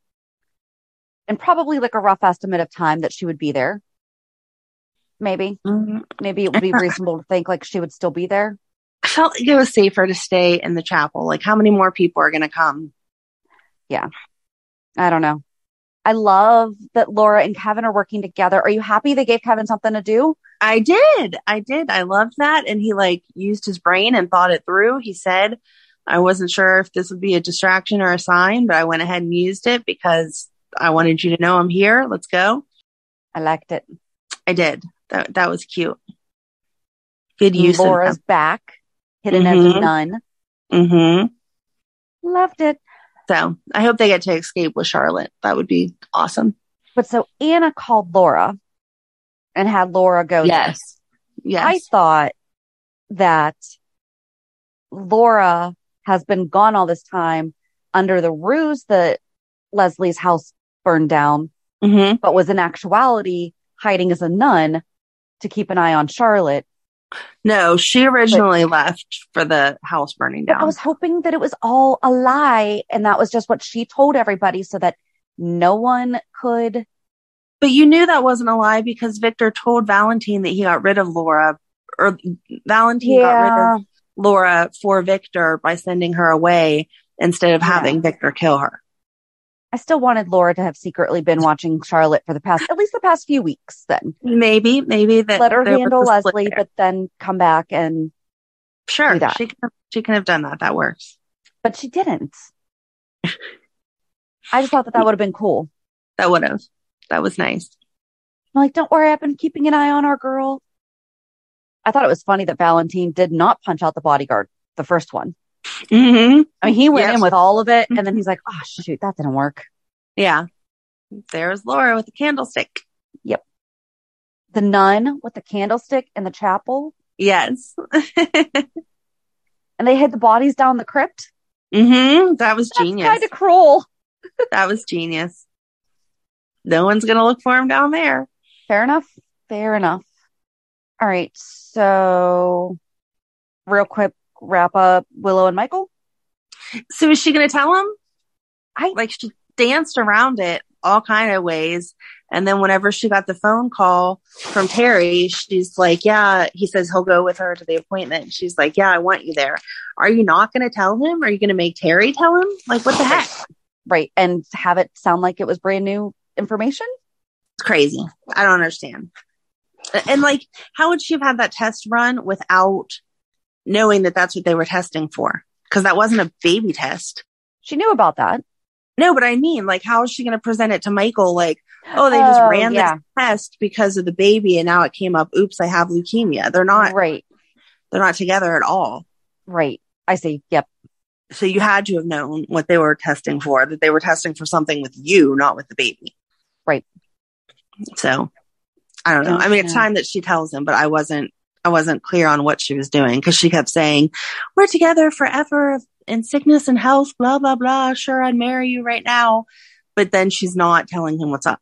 [SPEAKER 4] and probably like a rough estimate of time that she would be there. Maybe,
[SPEAKER 5] Mhm.
[SPEAKER 4] maybe it would be reasonable to think like she would still be there.
[SPEAKER 5] I felt like it was safer to stay in the chapel. Like, how many more people are going to come?
[SPEAKER 4] I don't know. I love that Laura and Kevin are working together. Are you happy they gave Kevin something to do?
[SPEAKER 5] I did. I did. I loved that. And he like used his brain and thought it through. He said, I wasn't sure if this would be a distraction or a sign, but I went ahead and used it because I wanted you to know I'm here. Let's go.
[SPEAKER 4] I liked it.
[SPEAKER 5] I did. That, that was cute. Good use
[SPEAKER 4] Laura's
[SPEAKER 5] of
[SPEAKER 4] back, hidden as a
[SPEAKER 5] Mhm.
[SPEAKER 4] nun.
[SPEAKER 5] them. hmm
[SPEAKER 4] Loved it.
[SPEAKER 5] So I hope they get to escape with Charlotte. That would be awesome.
[SPEAKER 4] But so Anna called Laura and had Laura go. there.
[SPEAKER 5] Yes.
[SPEAKER 4] I thought that Laura has been gone all this time under the ruse that Leslie's house burned down,
[SPEAKER 5] Mhm.
[SPEAKER 4] but was in actuality hiding as a nun to keep an eye on Charlotte.
[SPEAKER 5] No, she originally left for the house burning
[SPEAKER 4] But
[SPEAKER 5] down.
[SPEAKER 4] I was hoping that it was all a lie and that was just what she told everybody so that no one could.
[SPEAKER 5] But you knew that wasn't a lie because Victor told Valentine that he got rid of Laura, or Valentine got rid of Laura for Victor by sending her away instead of
[SPEAKER 4] Yeah.
[SPEAKER 5] having Victor kill her.
[SPEAKER 4] I still wanted Laura to have secretly been watching Charlotte for the past, at least the past few weeks then.
[SPEAKER 5] Maybe, maybe that
[SPEAKER 4] Let her
[SPEAKER 5] there was
[SPEAKER 4] handle
[SPEAKER 5] a split
[SPEAKER 4] Leslie,
[SPEAKER 5] there.
[SPEAKER 4] but then come back and, do
[SPEAKER 5] sure,
[SPEAKER 4] that.
[SPEAKER 5] she can, she can have done that. That works.
[SPEAKER 4] but she didn't. I just thought that that would have been cool.
[SPEAKER 5] That would have. That was nice.
[SPEAKER 4] I'm like, don't worry, I've been keeping an eye on our girl. I thought it was funny that Valentine did not punch out the bodyguard, the first one.
[SPEAKER 5] Mm-hmm.
[SPEAKER 4] I mean, he went
[SPEAKER 5] Yes. Mm-hmm.
[SPEAKER 4] in with all of it, and then he's like, oh, shoot, that didn't work.
[SPEAKER 5] Yeah. There's Laura with a candlestick.
[SPEAKER 4] The nun with the candlestick in the chapel,
[SPEAKER 5] Yes.
[SPEAKER 4] and they hid the bodies down the crypt.
[SPEAKER 5] hmm That was
[SPEAKER 4] That's
[SPEAKER 5] genius.
[SPEAKER 4] kind of cruel.
[SPEAKER 5] That was genius. No one's going to look for him down there.
[SPEAKER 4] Fair enough. Fair enough. All right. So, real quick wrap up Willow and Michael.
[SPEAKER 5] So is she going to tell him?
[SPEAKER 4] I-
[SPEAKER 5] like she danced around it all kind of ways. And then whenever she got the phone call from Terry, she's like, yeah, he says he'll go with her to the appointment. She's like, yeah, I want you there. Are you not going to tell him? Are you going to make Terry tell him? Like what the heck?
[SPEAKER 4] Right. And have it sound like it was brand new information.
[SPEAKER 5] It's crazy. I don't understand. A- And like, how would she have had that test run without knowing that that's what they were testing for? Because that wasn't a baby test.
[SPEAKER 4] She knew about that.
[SPEAKER 5] No, but I mean, like, how is she going to present it to Michael? Like, oh, they just
[SPEAKER 4] Oh,
[SPEAKER 5] ran
[SPEAKER 4] yeah.
[SPEAKER 5] this test because of the baby, and now it came up. Oops, I have leukemia. They're not.
[SPEAKER 4] Right.
[SPEAKER 5] They're not together at all.
[SPEAKER 4] Right. I see. Yep.
[SPEAKER 5] So you had to have known what they were testing for. That they were testing for something with you, not with the baby.
[SPEAKER 4] Right.
[SPEAKER 5] So I don't know. I mean, it's
[SPEAKER 4] Yeah.
[SPEAKER 5] time that she tells him, but I wasn't. I wasn't clear on what she was doing because she kept saying, "We're together forever in sickness and health." Blah blah blah. Sure, I'd marry you right now, but then she's not telling him what's up.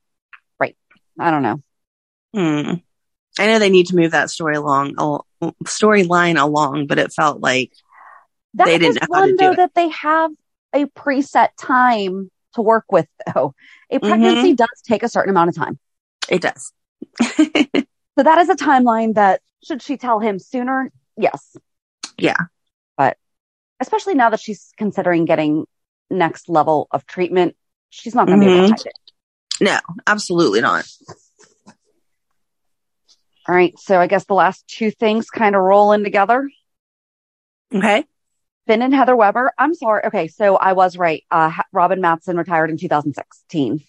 [SPEAKER 4] I don't know.
[SPEAKER 5] Hmm. I know they need to move that story along, al- storyline along, but it felt like
[SPEAKER 4] That
[SPEAKER 5] They
[SPEAKER 4] was
[SPEAKER 5] didn't know how to
[SPEAKER 4] one
[SPEAKER 5] do
[SPEAKER 4] though
[SPEAKER 5] it.
[SPEAKER 4] that they have a preset time to work with though. A pregnancy
[SPEAKER 5] Mm-hmm.
[SPEAKER 4] does take a certain amount of time.
[SPEAKER 5] it does.
[SPEAKER 4] So that is a timeline that should she tell him sooner? Yes.
[SPEAKER 5] Yeah.
[SPEAKER 4] But especially now that she's considering getting next level of treatment, she's not going to be able to hide it.
[SPEAKER 5] Absolutely not.
[SPEAKER 4] All right. So I guess the last two things kind of roll in together.
[SPEAKER 5] Okay.
[SPEAKER 4] Finn and Heather Weber. I'm sorry. Okay. So I was right. Uh, Ha- Robin Matson retired in 2016,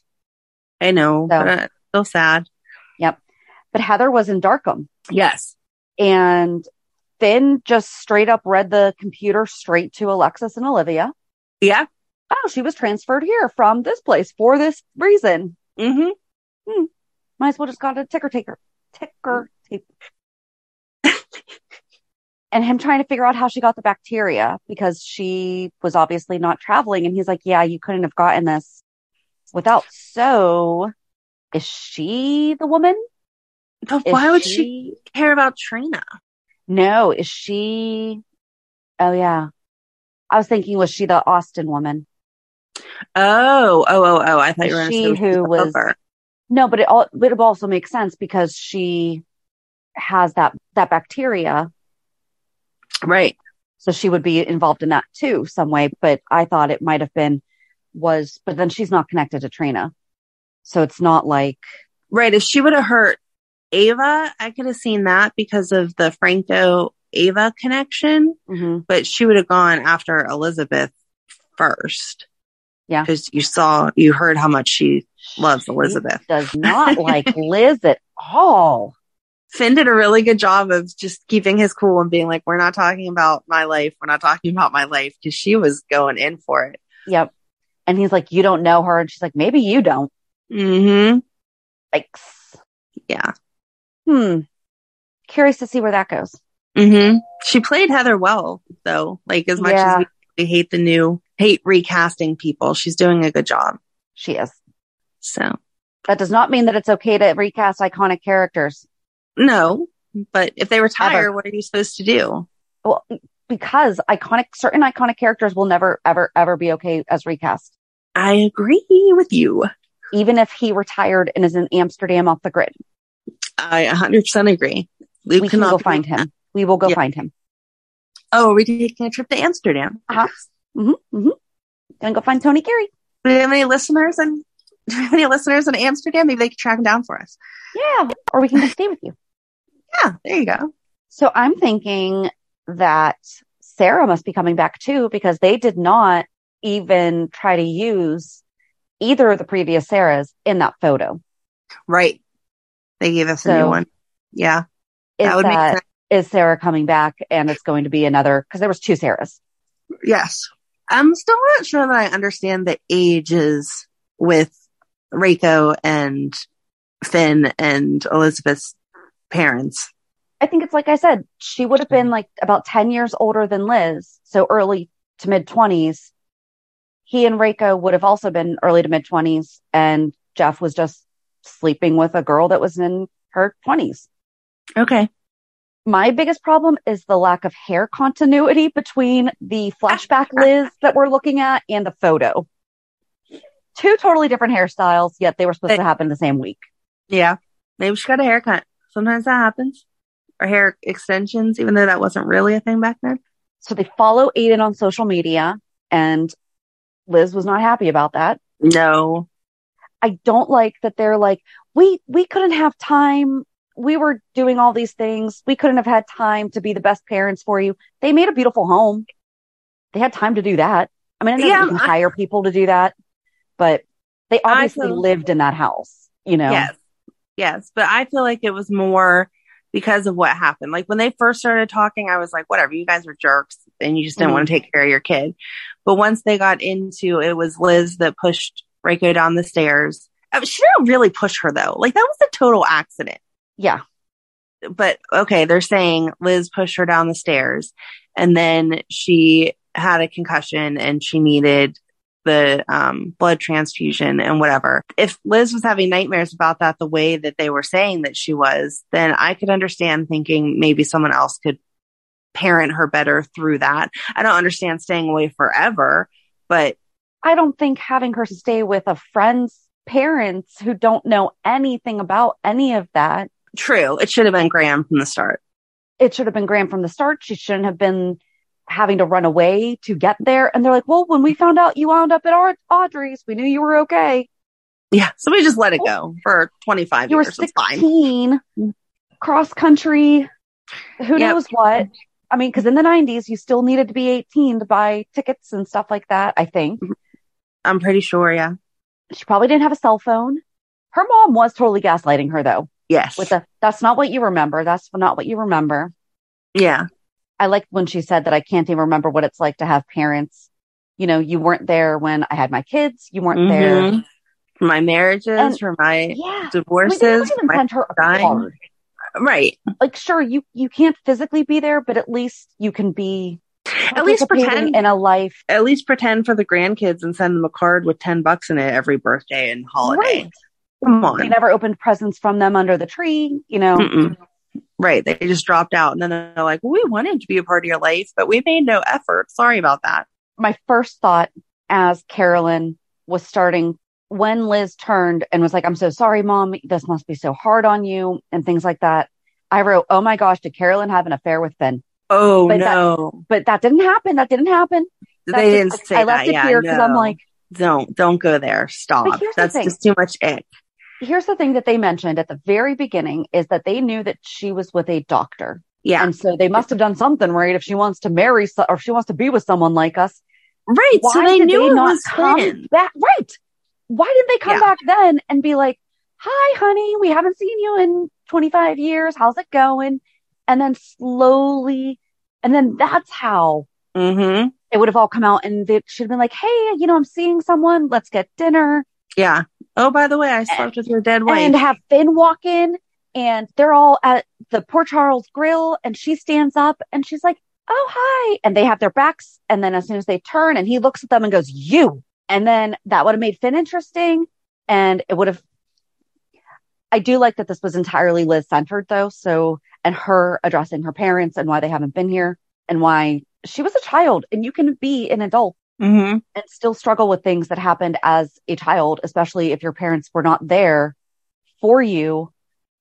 [SPEAKER 5] I know.
[SPEAKER 4] So-
[SPEAKER 5] but, uh, so sad.
[SPEAKER 4] but Heather was in Darkham
[SPEAKER 5] Yes.
[SPEAKER 4] and Finn just straight up read the computer straight to Alexis and Olivia.
[SPEAKER 5] Yeah.
[SPEAKER 4] Oh, she was transferred here from this place for this reason.
[SPEAKER 5] Mm-hmm.
[SPEAKER 4] Might as well just got a ticker taker, ticker tape. and him trying to figure out how she got the bacteria because she was obviously not traveling. And he's like, yeah, you couldn't have gotten this without. So is she the woman?
[SPEAKER 5] But
[SPEAKER 4] Is
[SPEAKER 5] why would she care about Trina?
[SPEAKER 4] No, is she? Oh yeah. I was thinking, was she the Austin woman?
[SPEAKER 5] Oh, oh, oh, oh. I thought you were
[SPEAKER 4] Is
[SPEAKER 5] gonna
[SPEAKER 4] she
[SPEAKER 5] say was
[SPEAKER 4] who
[SPEAKER 5] the
[SPEAKER 4] was-
[SPEAKER 5] lover.
[SPEAKER 4] No, but it all but it also makes sense because she has that that bacteria,
[SPEAKER 5] right.
[SPEAKER 4] so she would be involved in that too some way. But I thought it might have been was, but then she's not connected to Trina, so it's not like
[SPEAKER 5] Right. If she would have hurt Ava, I could have seen that because of the Franco Ava connection. but she would have gone after Elizabeth first.
[SPEAKER 4] Yeah.
[SPEAKER 5] Because you saw, you heard how much she loves
[SPEAKER 4] She
[SPEAKER 5] Elizabeth.
[SPEAKER 4] does not like Liz at all.
[SPEAKER 5] Finn did a really good job of just keeping his cool and being like, we're not talking about my life. We're not talking about my life because she was going in for it.
[SPEAKER 4] Yep. And he's like, you don't know her, and she's like, maybe you don't. Mm-hmm.
[SPEAKER 5] Mm hmm.
[SPEAKER 4] Like,
[SPEAKER 5] Yeah.
[SPEAKER 4] hmm. curious to see where that goes.
[SPEAKER 5] Mm-hmm. She played Heather well, though. Like as much
[SPEAKER 4] Yeah.
[SPEAKER 5] as we, we hate the new, hate recasting people, she's doing a good job.
[SPEAKER 4] She is.
[SPEAKER 5] So
[SPEAKER 4] That does not mean that it's okay to recast iconic characters
[SPEAKER 5] no, but if they retire, what are you supposed to do?
[SPEAKER 4] because iconic, certain iconic characters will never, ever, ever be okay as recast.
[SPEAKER 5] I agree with you.
[SPEAKER 4] Even if he retired and is in Amsterdam off the grid,
[SPEAKER 5] I 100% agree.
[SPEAKER 4] we,
[SPEAKER 5] Luke
[SPEAKER 4] can
[SPEAKER 5] cannot
[SPEAKER 4] go
[SPEAKER 5] be-
[SPEAKER 4] find him. We will go
[SPEAKER 5] Yeah.
[SPEAKER 4] find him.
[SPEAKER 5] Oh, are we taking a trip to Amsterdam?
[SPEAKER 4] Uh-huh. Mm-hmm, mm-hmm. Gonna go find Tony Carey.
[SPEAKER 5] Do we have any listeners in? Do we have any listeners in Amsterdam? Maybe they can track them down for us.
[SPEAKER 4] Yeah. Or we can just stay with you.
[SPEAKER 5] Yeah, there you go.
[SPEAKER 4] So I'm thinking that Sarah must be coming back too, because they did not even try to use either of the previous Sarahs in that photo.
[SPEAKER 5] Right. They gave us a
[SPEAKER 4] So-
[SPEAKER 5] new one. Yeah,
[SPEAKER 4] Is
[SPEAKER 5] that would make
[SPEAKER 4] that
[SPEAKER 5] sense.
[SPEAKER 4] is Sarah coming back and it's going to be another, because there was two Sarahs.
[SPEAKER 5] Yes. I'm still not sure that I understand the ages with Reiko and Finn and Elizabeth's parents.
[SPEAKER 4] I think it's like I said, she would have been like about 10 years older than Liz. So early to mid 20s. He and Reiko would have also been early to mid 20s. And Jeff was just sleeping with a girl that was in her 20s.
[SPEAKER 5] Okay.
[SPEAKER 4] My biggest problem is the lack of hair continuity between the flashback Liz that we're looking at and the photo. Two totally different hairstyles, yet they were supposed to happen the same week.
[SPEAKER 5] Yeah. Maybe she got a haircut. Sometimes that happens. Or hair extensions, even though that wasn't really a thing back then.
[SPEAKER 4] So they follow Aiden on social media and Liz was not happy about that.
[SPEAKER 5] No.
[SPEAKER 4] I don't like that they're like, we, we couldn't have time. We were doing all these things. We couldn't have had time to be the best parents for you. They made a beautiful home. They had time to do that. I mean, I know that
[SPEAKER 5] Yeah,
[SPEAKER 4] you can
[SPEAKER 5] I-
[SPEAKER 4] hire people to do that, but they obviously
[SPEAKER 5] feel-
[SPEAKER 4] lived in that house, you know?
[SPEAKER 5] Yes. Yes. But I feel like it was more because of what happened. Like when they first started talking, I was like, whatever, you guys are jerks and you just didn't
[SPEAKER 4] Mhm.
[SPEAKER 5] want to take care of your kid. But once they got into it was Liz that pushed Reiko down the stairs. Uh, She didn't really push her though. Like that was a total accident.
[SPEAKER 4] Yeah.
[SPEAKER 5] But okay, they're saying Liz pushed her down the stairs and then she had a concussion and she needed the um, blood transfusion and whatever. If Liz was having nightmares about that the way that they were saying that she was, then I could understand thinking maybe someone else could parent her better through that. I don't understand staying away forever, but
[SPEAKER 4] I don't think having her stay with a friend's parents who don't know anything about any of that
[SPEAKER 5] true. It should have been Graham from the start.
[SPEAKER 4] it should have been Graham from the start. She shouldn't have been having to run away to get there. And they're like, well, when we found out you wound up at Aud- Audrey's, we knew you were okay.
[SPEAKER 5] Yeah. Somebody just let it go for 25
[SPEAKER 4] You were
[SPEAKER 5] years. It's fine.
[SPEAKER 4] 16, cross country, who
[SPEAKER 5] Yep.
[SPEAKER 4] knows what. I mean, because in the 90s, you still needed to be 18 to buy tickets and stuff like that, I think.
[SPEAKER 5] I'm pretty sure. Yeah.
[SPEAKER 4] She probably didn't have a cell phone. Her mom was totally gaslighting her, though,
[SPEAKER 5] Yes.
[SPEAKER 4] with the, that's not what you remember. That's not what you remember.
[SPEAKER 5] yeah.
[SPEAKER 4] I liked when she said that I can't even remember what it's like to have parents. You know, you weren't there when I had my kids. You weren't there.
[SPEAKER 5] Mhm. For my marriages,
[SPEAKER 4] And-
[SPEAKER 5] for my
[SPEAKER 4] Yeah. I mean,
[SPEAKER 5] divorces,
[SPEAKER 4] they don't even
[SPEAKER 5] my-
[SPEAKER 4] send her a
[SPEAKER 5] dying.
[SPEAKER 4] card.
[SPEAKER 5] right.
[SPEAKER 4] Like, sure, you you can't physically be there, but at least you can be
[SPEAKER 5] At least
[SPEAKER 4] participating
[SPEAKER 5] pretend
[SPEAKER 4] in a life.
[SPEAKER 5] at least pretend for the grandkids and send them a card with 10 bucks in it every birthday and holiday.
[SPEAKER 4] Right.
[SPEAKER 5] Come
[SPEAKER 4] They
[SPEAKER 5] on.
[SPEAKER 4] never opened presents from them under the tree. You know,
[SPEAKER 5] Mm-mm. Right. They just dropped out and then they're like, we wanted to be a part of your life, but we made no effort. Sorry about that.
[SPEAKER 4] my first thought as Carolyn was starting when Liz turned and was like, I'm so sorry, mom. This must be so hard on you and things like that. I wrote, Oh my gosh, did Carolyn have an affair with Ben?
[SPEAKER 5] Oh,
[SPEAKER 4] But that-
[SPEAKER 5] no.
[SPEAKER 4] but that didn't happen. That didn't happen. That's
[SPEAKER 5] they
[SPEAKER 4] just-
[SPEAKER 5] didn't say
[SPEAKER 4] I left
[SPEAKER 5] that.
[SPEAKER 4] it
[SPEAKER 5] yeah,
[SPEAKER 4] here because I'm
[SPEAKER 5] no.
[SPEAKER 4] like,
[SPEAKER 5] don't, don't go there. Stop.
[SPEAKER 4] here's the
[SPEAKER 5] That's
[SPEAKER 4] thing.
[SPEAKER 5] just too much ick.
[SPEAKER 4] here's the thing that they mentioned at the very beginning is that they knew that she was with a doctor,
[SPEAKER 5] Yeah.
[SPEAKER 4] and so they must have done something right if she wants to marry so- or if she wants to be with someone like us.
[SPEAKER 5] right.
[SPEAKER 4] Why
[SPEAKER 5] so they
[SPEAKER 4] did
[SPEAKER 5] knew
[SPEAKER 4] they
[SPEAKER 5] it
[SPEAKER 4] not
[SPEAKER 5] was
[SPEAKER 4] come
[SPEAKER 5] Finn.
[SPEAKER 4] back? Right? Why did they come
[SPEAKER 5] Yeah.
[SPEAKER 4] back then and be like, "Hi, honey, we haven't seen you in 25 years. How's it going?" And then slowly, and then that's how
[SPEAKER 5] Mm-hmm.
[SPEAKER 4] it would have all come out and they should have been like, Hey, you know, I'm seeing someone. Let's get dinner
[SPEAKER 5] Yeah. Oh, by the way, I slept with your dead wife.
[SPEAKER 4] and have Finn walk in and they're all at the Port Charles grill and she stands up and she's like, Oh, hi. And they have their backs. And then as soon as they turn and he looks at them and goes, you. And then that would have made Finn interesting and it would have. I do like that this was entirely Liz centered though. So, and her addressing her parents and why they haven't been here and why she was a child and you can be an adult
[SPEAKER 5] Mm-hmm.
[SPEAKER 4] and still struggle with things that happened as a child, especially if your parents were not there for you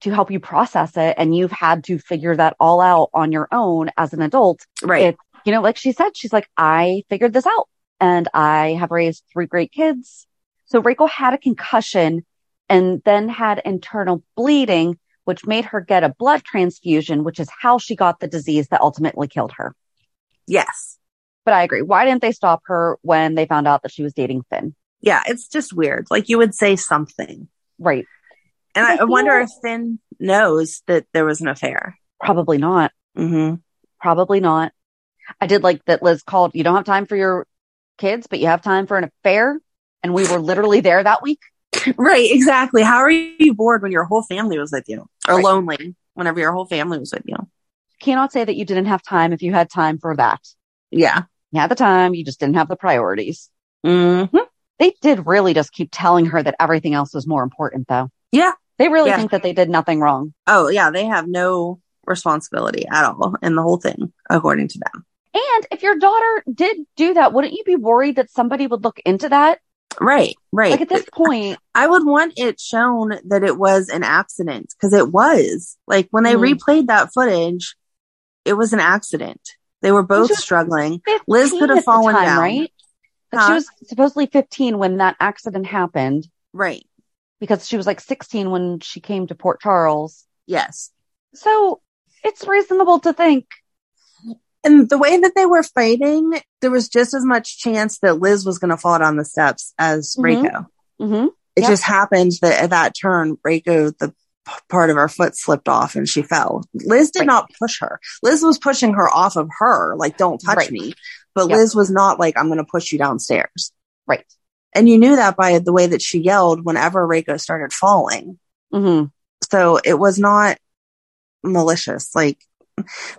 [SPEAKER 4] to help you process it. And you've had to figure that all out on your own as an adult.
[SPEAKER 5] Right.
[SPEAKER 4] It's, you know, like she said, she's like, I figured this out and I have raised three great kids. So Rachel had a concussion and then had internal bleeding, which made her get a blood transfusion, which is how she got the disease that ultimately killed her.
[SPEAKER 5] yes.
[SPEAKER 4] But I agree. Why didn't they stop her when they found out that she was dating Finn?
[SPEAKER 5] Yeah. It's just weird. Like you would say something.
[SPEAKER 4] Right.
[SPEAKER 5] And
[SPEAKER 4] I
[SPEAKER 5] I, I
[SPEAKER 4] feel
[SPEAKER 5] wonder
[SPEAKER 4] like-
[SPEAKER 5] if Finn knows that there was an affair.
[SPEAKER 4] Probably not.
[SPEAKER 5] Mm-hmm.
[SPEAKER 4] Probably not. I did like that Liz called, you don't have time for your kids, but you have time for an affair. And we were literally there that week.
[SPEAKER 5] Right, exactly. How are you bored when your whole family was with you? Or
[SPEAKER 4] Right.
[SPEAKER 5] lonely whenever your whole family was with you?
[SPEAKER 4] Cannot say that you didn't have time if you had time for that.
[SPEAKER 5] Yeah.
[SPEAKER 4] You had the time, you just didn't have the priorities.
[SPEAKER 5] Mm-hmm.
[SPEAKER 4] They did really just keep telling her that everything else was more important though.
[SPEAKER 5] Yeah.
[SPEAKER 4] They really
[SPEAKER 5] Yeah.
[SPEAKER 4] think that they did nothing wrong.
[SPEAKER 5] Oh, yeah. They have no responsibility at all in the whole thing, according to them.
[SPEAKER 4] And if your daughter did do that, wouldn't you be worried that somebody would look into that?
[SPEAKER 5] Right, right.
[SPEAKER 4] Like at this point,
[SPEAKER 5] I would want it shown that it was an accident because it was. Like when they
[SPEAKER 4] Mhm.
[SPEAKER 5] replayed that footage, it was an accident. They were both
[SPEAKER 4] she was
[SPEAKER 5] struggling.
[SPEAKER 4] 15
[SPEAKER 5] Liz could have
[SPEAKER 4] at the
[SPEAKER 5] fallen down.
[SPEAKER 4] right? Like She
[SPEAKER 5] Huh?
[SPEAKER 4] was supposedly 15 when that accident happened
[SPEAKER 5] Right.
[SPEAKER 4] because she was like 16 when she came to Port Charles.
[SPEAKER 5] Yes.
[SPEAKER 4] So it's reasonable to think,
[SPEAKER 5] And the way that they were fighting, there was just as much chance that Liz was going to fall down the steps as
[SPEAKER 4] Mhm.
[SPEAKER 5] Reiko.
[SPEAKER 4] hmm
[SPEAKER 5] It
[SPEAKER 4] Yep.
[SPEAKER 5] just happened that at that turn, Reiko, the p- part of her foot slipped off and she fell. Liz did
[SPEAKER 4] Right.
[SPEAKER 5] not push her. Liz was pushing her off of her, like, don't touch
[SPEAKER 4] Right.
[SPEAKER 5] me. But
[SPEAKER 4] Yep.
[SPEAKER 5] Liz was not like, I'm going to push you downstairs.
[SPEAKER 4] Right.
[SPEAKER 5] And you knew that by the way that she yelled whenever Reiko started falling.
[SPEAKER 4] hmm
[SPEAKER 5] So it was not malicious. Like,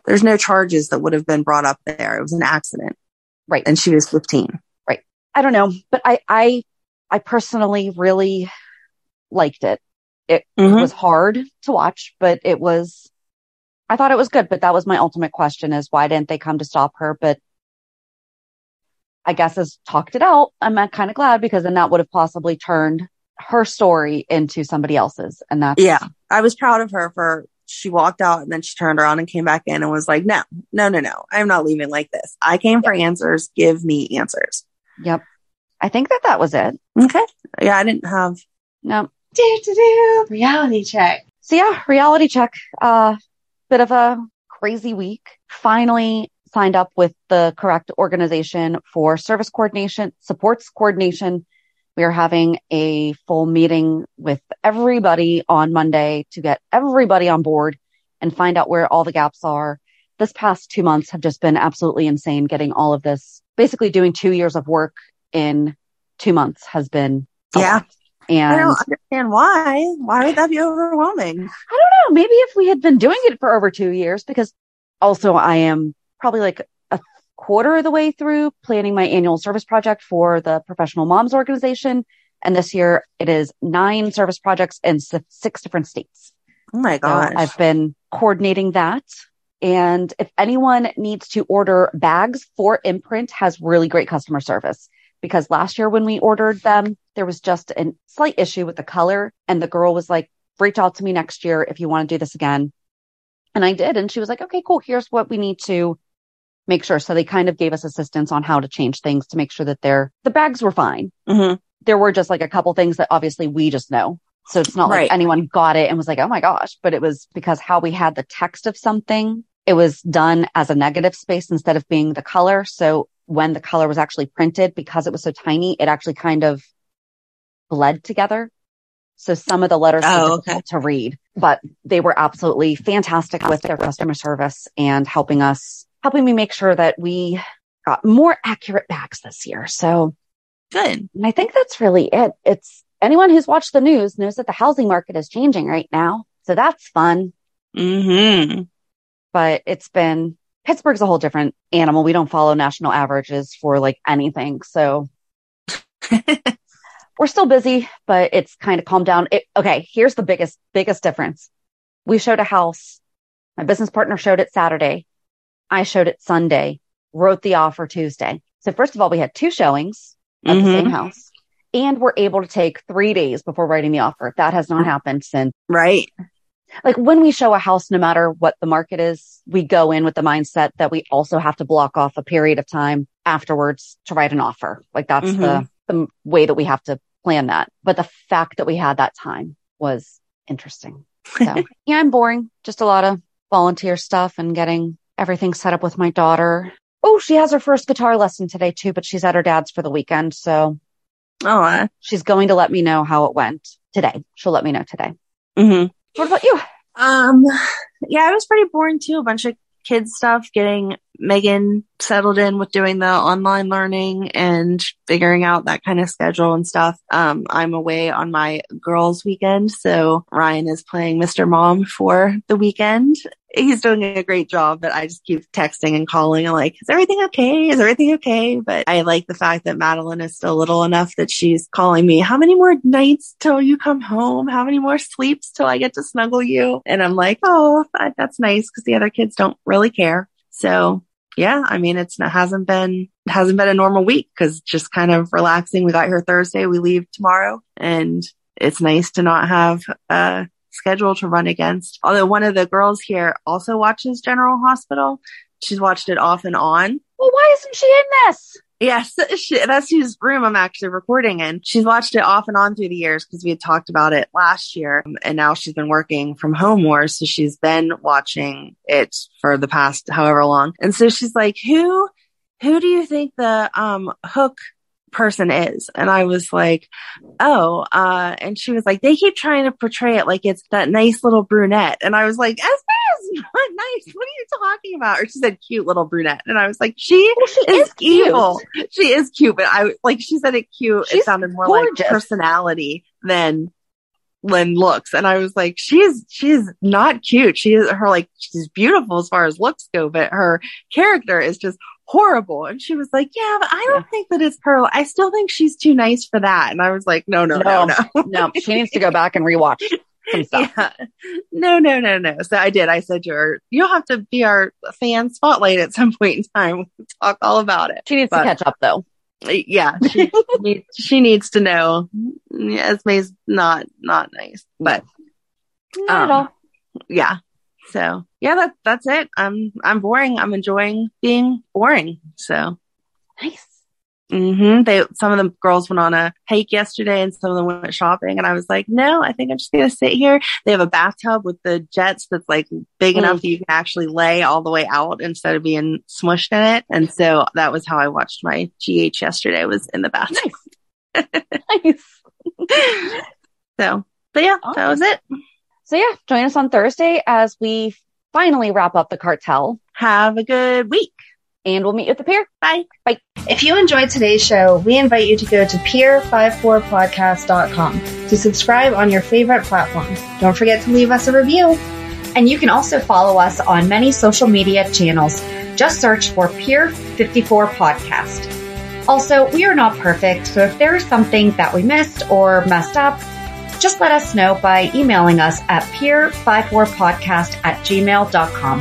[SPEAKER 5] there's no charges that would have been brought up there. It was an accident.
[SPEAKER 4] Right.
[SPEAKER 5] And she was 15.
[SPEAKER 4] I don't know, but I, I, I personally really liked it.
[SPEAKER 5] Mm-hmm.
[SPEAKER 4] It was hard to watch, but it was, I thought it was good, but that was my ultimate question is why didn't they come to stop her? But I guess as talked it out, I'm kind of glad because then that would have possibly turned her story into somebody else's. And that's,
[SPEAKER 5] Yeah. I was proud of her for she walked out and then she turned around and came back in and was like, no, no, no, no, I'm not leaving like this. I came for answers. Give me answers.
[SPEAKER 4] Yep. I think that that was it.
[SPEAKER 5] Okay. Yeah. I didn't have,
[SPEAKER 4] No.
[SPEAKER 2] Do, do, do. Reality check.
[SPEAKER 4] So yeah, reality check. Uh, bit of a crazy week. Finally signed up with the correct organization for service coordination, supports coordination. We are having a full meeting with everybody on Monday to get everybody on board and find out where all the gaps are. This past two months have just been absolutely insane getting all of this, basically doing two years of work in two months has been. a
[SPEAKER 5] Yeah.
[SPEAKER 4] lot. And
[SPEAKER 5] I don't understand why. Why would that be
[SPEAKER 4] I
[SPEAKER 5] overwhelming?
[SPEAKER 4] don't know. Maybe if we had been doing it for over two years, because also I am probably like a quarter of the way through planning my annual service project for the professional moms organization. And this year it is nine service projects in s- six different states.
[SPEAKER 5] Oh my
[SPEAKER 4] So
[SPEAKER 5] gosh.
[SPEAKER 4] I've been coordinating that. And if anyone needs to order bags for imprint has really great customer service because last year when we ordered them, there was just a slight issue with the color and the girl was like, reach out to me next year if you want to do this again. And I did. And she was like, okay, cool. Here's what we need to make sure. So they kind of gave us assistance on how to change things to make sure that they're, the bags were fine
[SPEAKER 5] Mhm.
[SPEAKER 4] there were just like a couple things that obviously we just know. So it's not
[SPEAKER 5] Right.
[SPEAKER 4] like anyone got it and was like, oh my gosh, but it was because how we had the text of something, it was done as a negative space instead of being the color. So when the color was actually printed, because it was so tiny, it actually kind of bled together. So some of the letters
[SPEAKER 5] Oh,
[SPEAKER 4] were difficult to read, but they were absolutely fantastic with their customer service and helping us, helping me make sure that we got more accurate bags this year. So
[SPEAKER 5] Good.
[SPEAKER 4] and I think that's really it. It's anyone who's watched the news knows that the housing market is changing right now. So that's fun.
[SPEAKER 5] Mm-hmm.
[SPEAKER 4] but it's been Pittsburgh's a whole different animal. We don't follow national averages for like anything. So we're still busy, but it's kind of calmed down. It, okay. Here's the biggest, biggest difference. We showed a house. My business partner showed it Saturday. I showed it Sunday, wrote the offer Tuesday. So first of all, we had two showings at the same
[SPEAKER 5] Mhm.
[SPEAKER 4] house and we're able to take three days before writing the offer. That has not happened since
[SPEAKER 5] Right.
[SPEAKER 4] like when we show a house, no matter what the market is, we go in with the mindset that we also have to block off a period of time afterwards to write an offer. Like that's the, the way that we have to plan that. But the fact that we had that time was interesting. So yeah, I'm boring. Just a lot of volunteer stuff and getting everything set up with my daughter. Oh, she has her first guitar lesson today too, but she's at her dad's for the weekend. So
[SPEAKER 5] Oh,
[SPEAKER 4] she's going to let me know how it went today. She'll let me know today.
[SPEAKER 5] mm-hmm.
[SPEAKER 4] What about you?
[SPEAKER 5] Um, yeah, I was pretty boring too. A bunch of kids stuff, getting Megan settled in with doing the online learning and figuring out that kind of schedule and stuff. Um, I'm away on my girls' weekend, so Ryan is playing Mr. Mom for the weekend. He's doing a great job, but I just keep texting and calling and like, is everything okay? Is everything okay? But I like the fact that Madeline is still little enough that she's calling me, how many more nights till you come home? How many more sleeps till I get to snuggle you? And I'm like, oh, that- that's nice because the other kids don't really care. So yeah, I mean, it's it hasn't been, it hasn't been a normal week because just kind of relaxing. We got here Thursday. We leave tomorrow and it's nice to not have uh, a schedule to run against. Although one of the girls here also watches General Hospital. She's watched it off and on.
[SPEAKER 4] Well, why isn't she in this?
[SPEAKER 5] Yes, she, that's whose room I'm actually recording in. She's watched it off and on through the years because we had talked about it last year, um, and now she's been working from home more, so she's been watching it for the past however long. And so she's like, "Who, who do you think the um hook person is?" And I was like, "Oh," uh, and she was like, "They keep trying to portray it like it's that nice little brunette," and I was like, "Esme is not nice. What are you talking about?" Or she said, "Cute little brunette," and I was like, "She."
[SPEAKER 4] Well, she
[SPEAKER 5] is
[SPEAKER 4] cute.
[SPEAKER 5] evil. She is cute, but I like she said it cute.
[SPEAKER 4] She's
[SPEAKER 5] it sounded more
[SPEAKER 4] gorgeous.
[SPEAKER 5] like personality than than looks. And I was like, she's she's not cute. She is her like she's beautiful as far as looks go, but her character is just horrible. And she was like, yeah, but I don't think that it's her. I still think she's too nice for that. And I was like, no, no, no, no.
[SPEAKER 4] no, she needs to go back and rewatch some stuff.
[SPEAKER 5] Yeah. No, no, no, no. So I did. I said to her, you'll have to be our fan spotlight at some point in time. We can talk all about it.
[SPEAKER 4] She needs to
[SPEAKER 5] But-
[SPEAKER 4] catch up though.
[SPEAKER 5] yeah she needs, she needs to know esme's not not nice but
[SPEAKER 4] Not at
[SPEAKER 5] Um,
[SPEAKER 4] all.
[SPEAKER 5] yeah so yeah that that's it i'm i'm boring i'm enjoying being boring so
[SPEAKER 4] Nice.
[SPEAKER 5] hmm they some of the girls went on a hike yesterday and some of them went shopping and i was like no i think i'm just gonna sit here they have a bathtub with the jets that's like big
[SPEAKER 4] Mm.
[SPEAKER 5] enough that you can actually lay all the way out instead of being smushed in it and so that was how i watched my gh yesterday was in the bathtub
[SPEAKER 4] Nice.
[SPEAKER 5] so, but yeah, that was it.
[SPEAKER 4] So yeah, join us on Thursday as we finally wrap up the cartel
[SPEAKER 5] Have a good week.
[SPEAKER 4] and we'll meet you at the pier.
[SPEAKER 5] Bye.
[SPEAKER 2] If you enjoyed today's show, we invite you to go to peer54podcast.com to subscribe on your favorite platform. Don't forget to leave us a review.
[SPEAKER 3] And you can also follow us on many social media channels. Just search for Peer 54 Podcast. Also, we are not perfect, so if there is something that we missed or messed up, just let us know by emailing us at peer54podcast at gmail.com.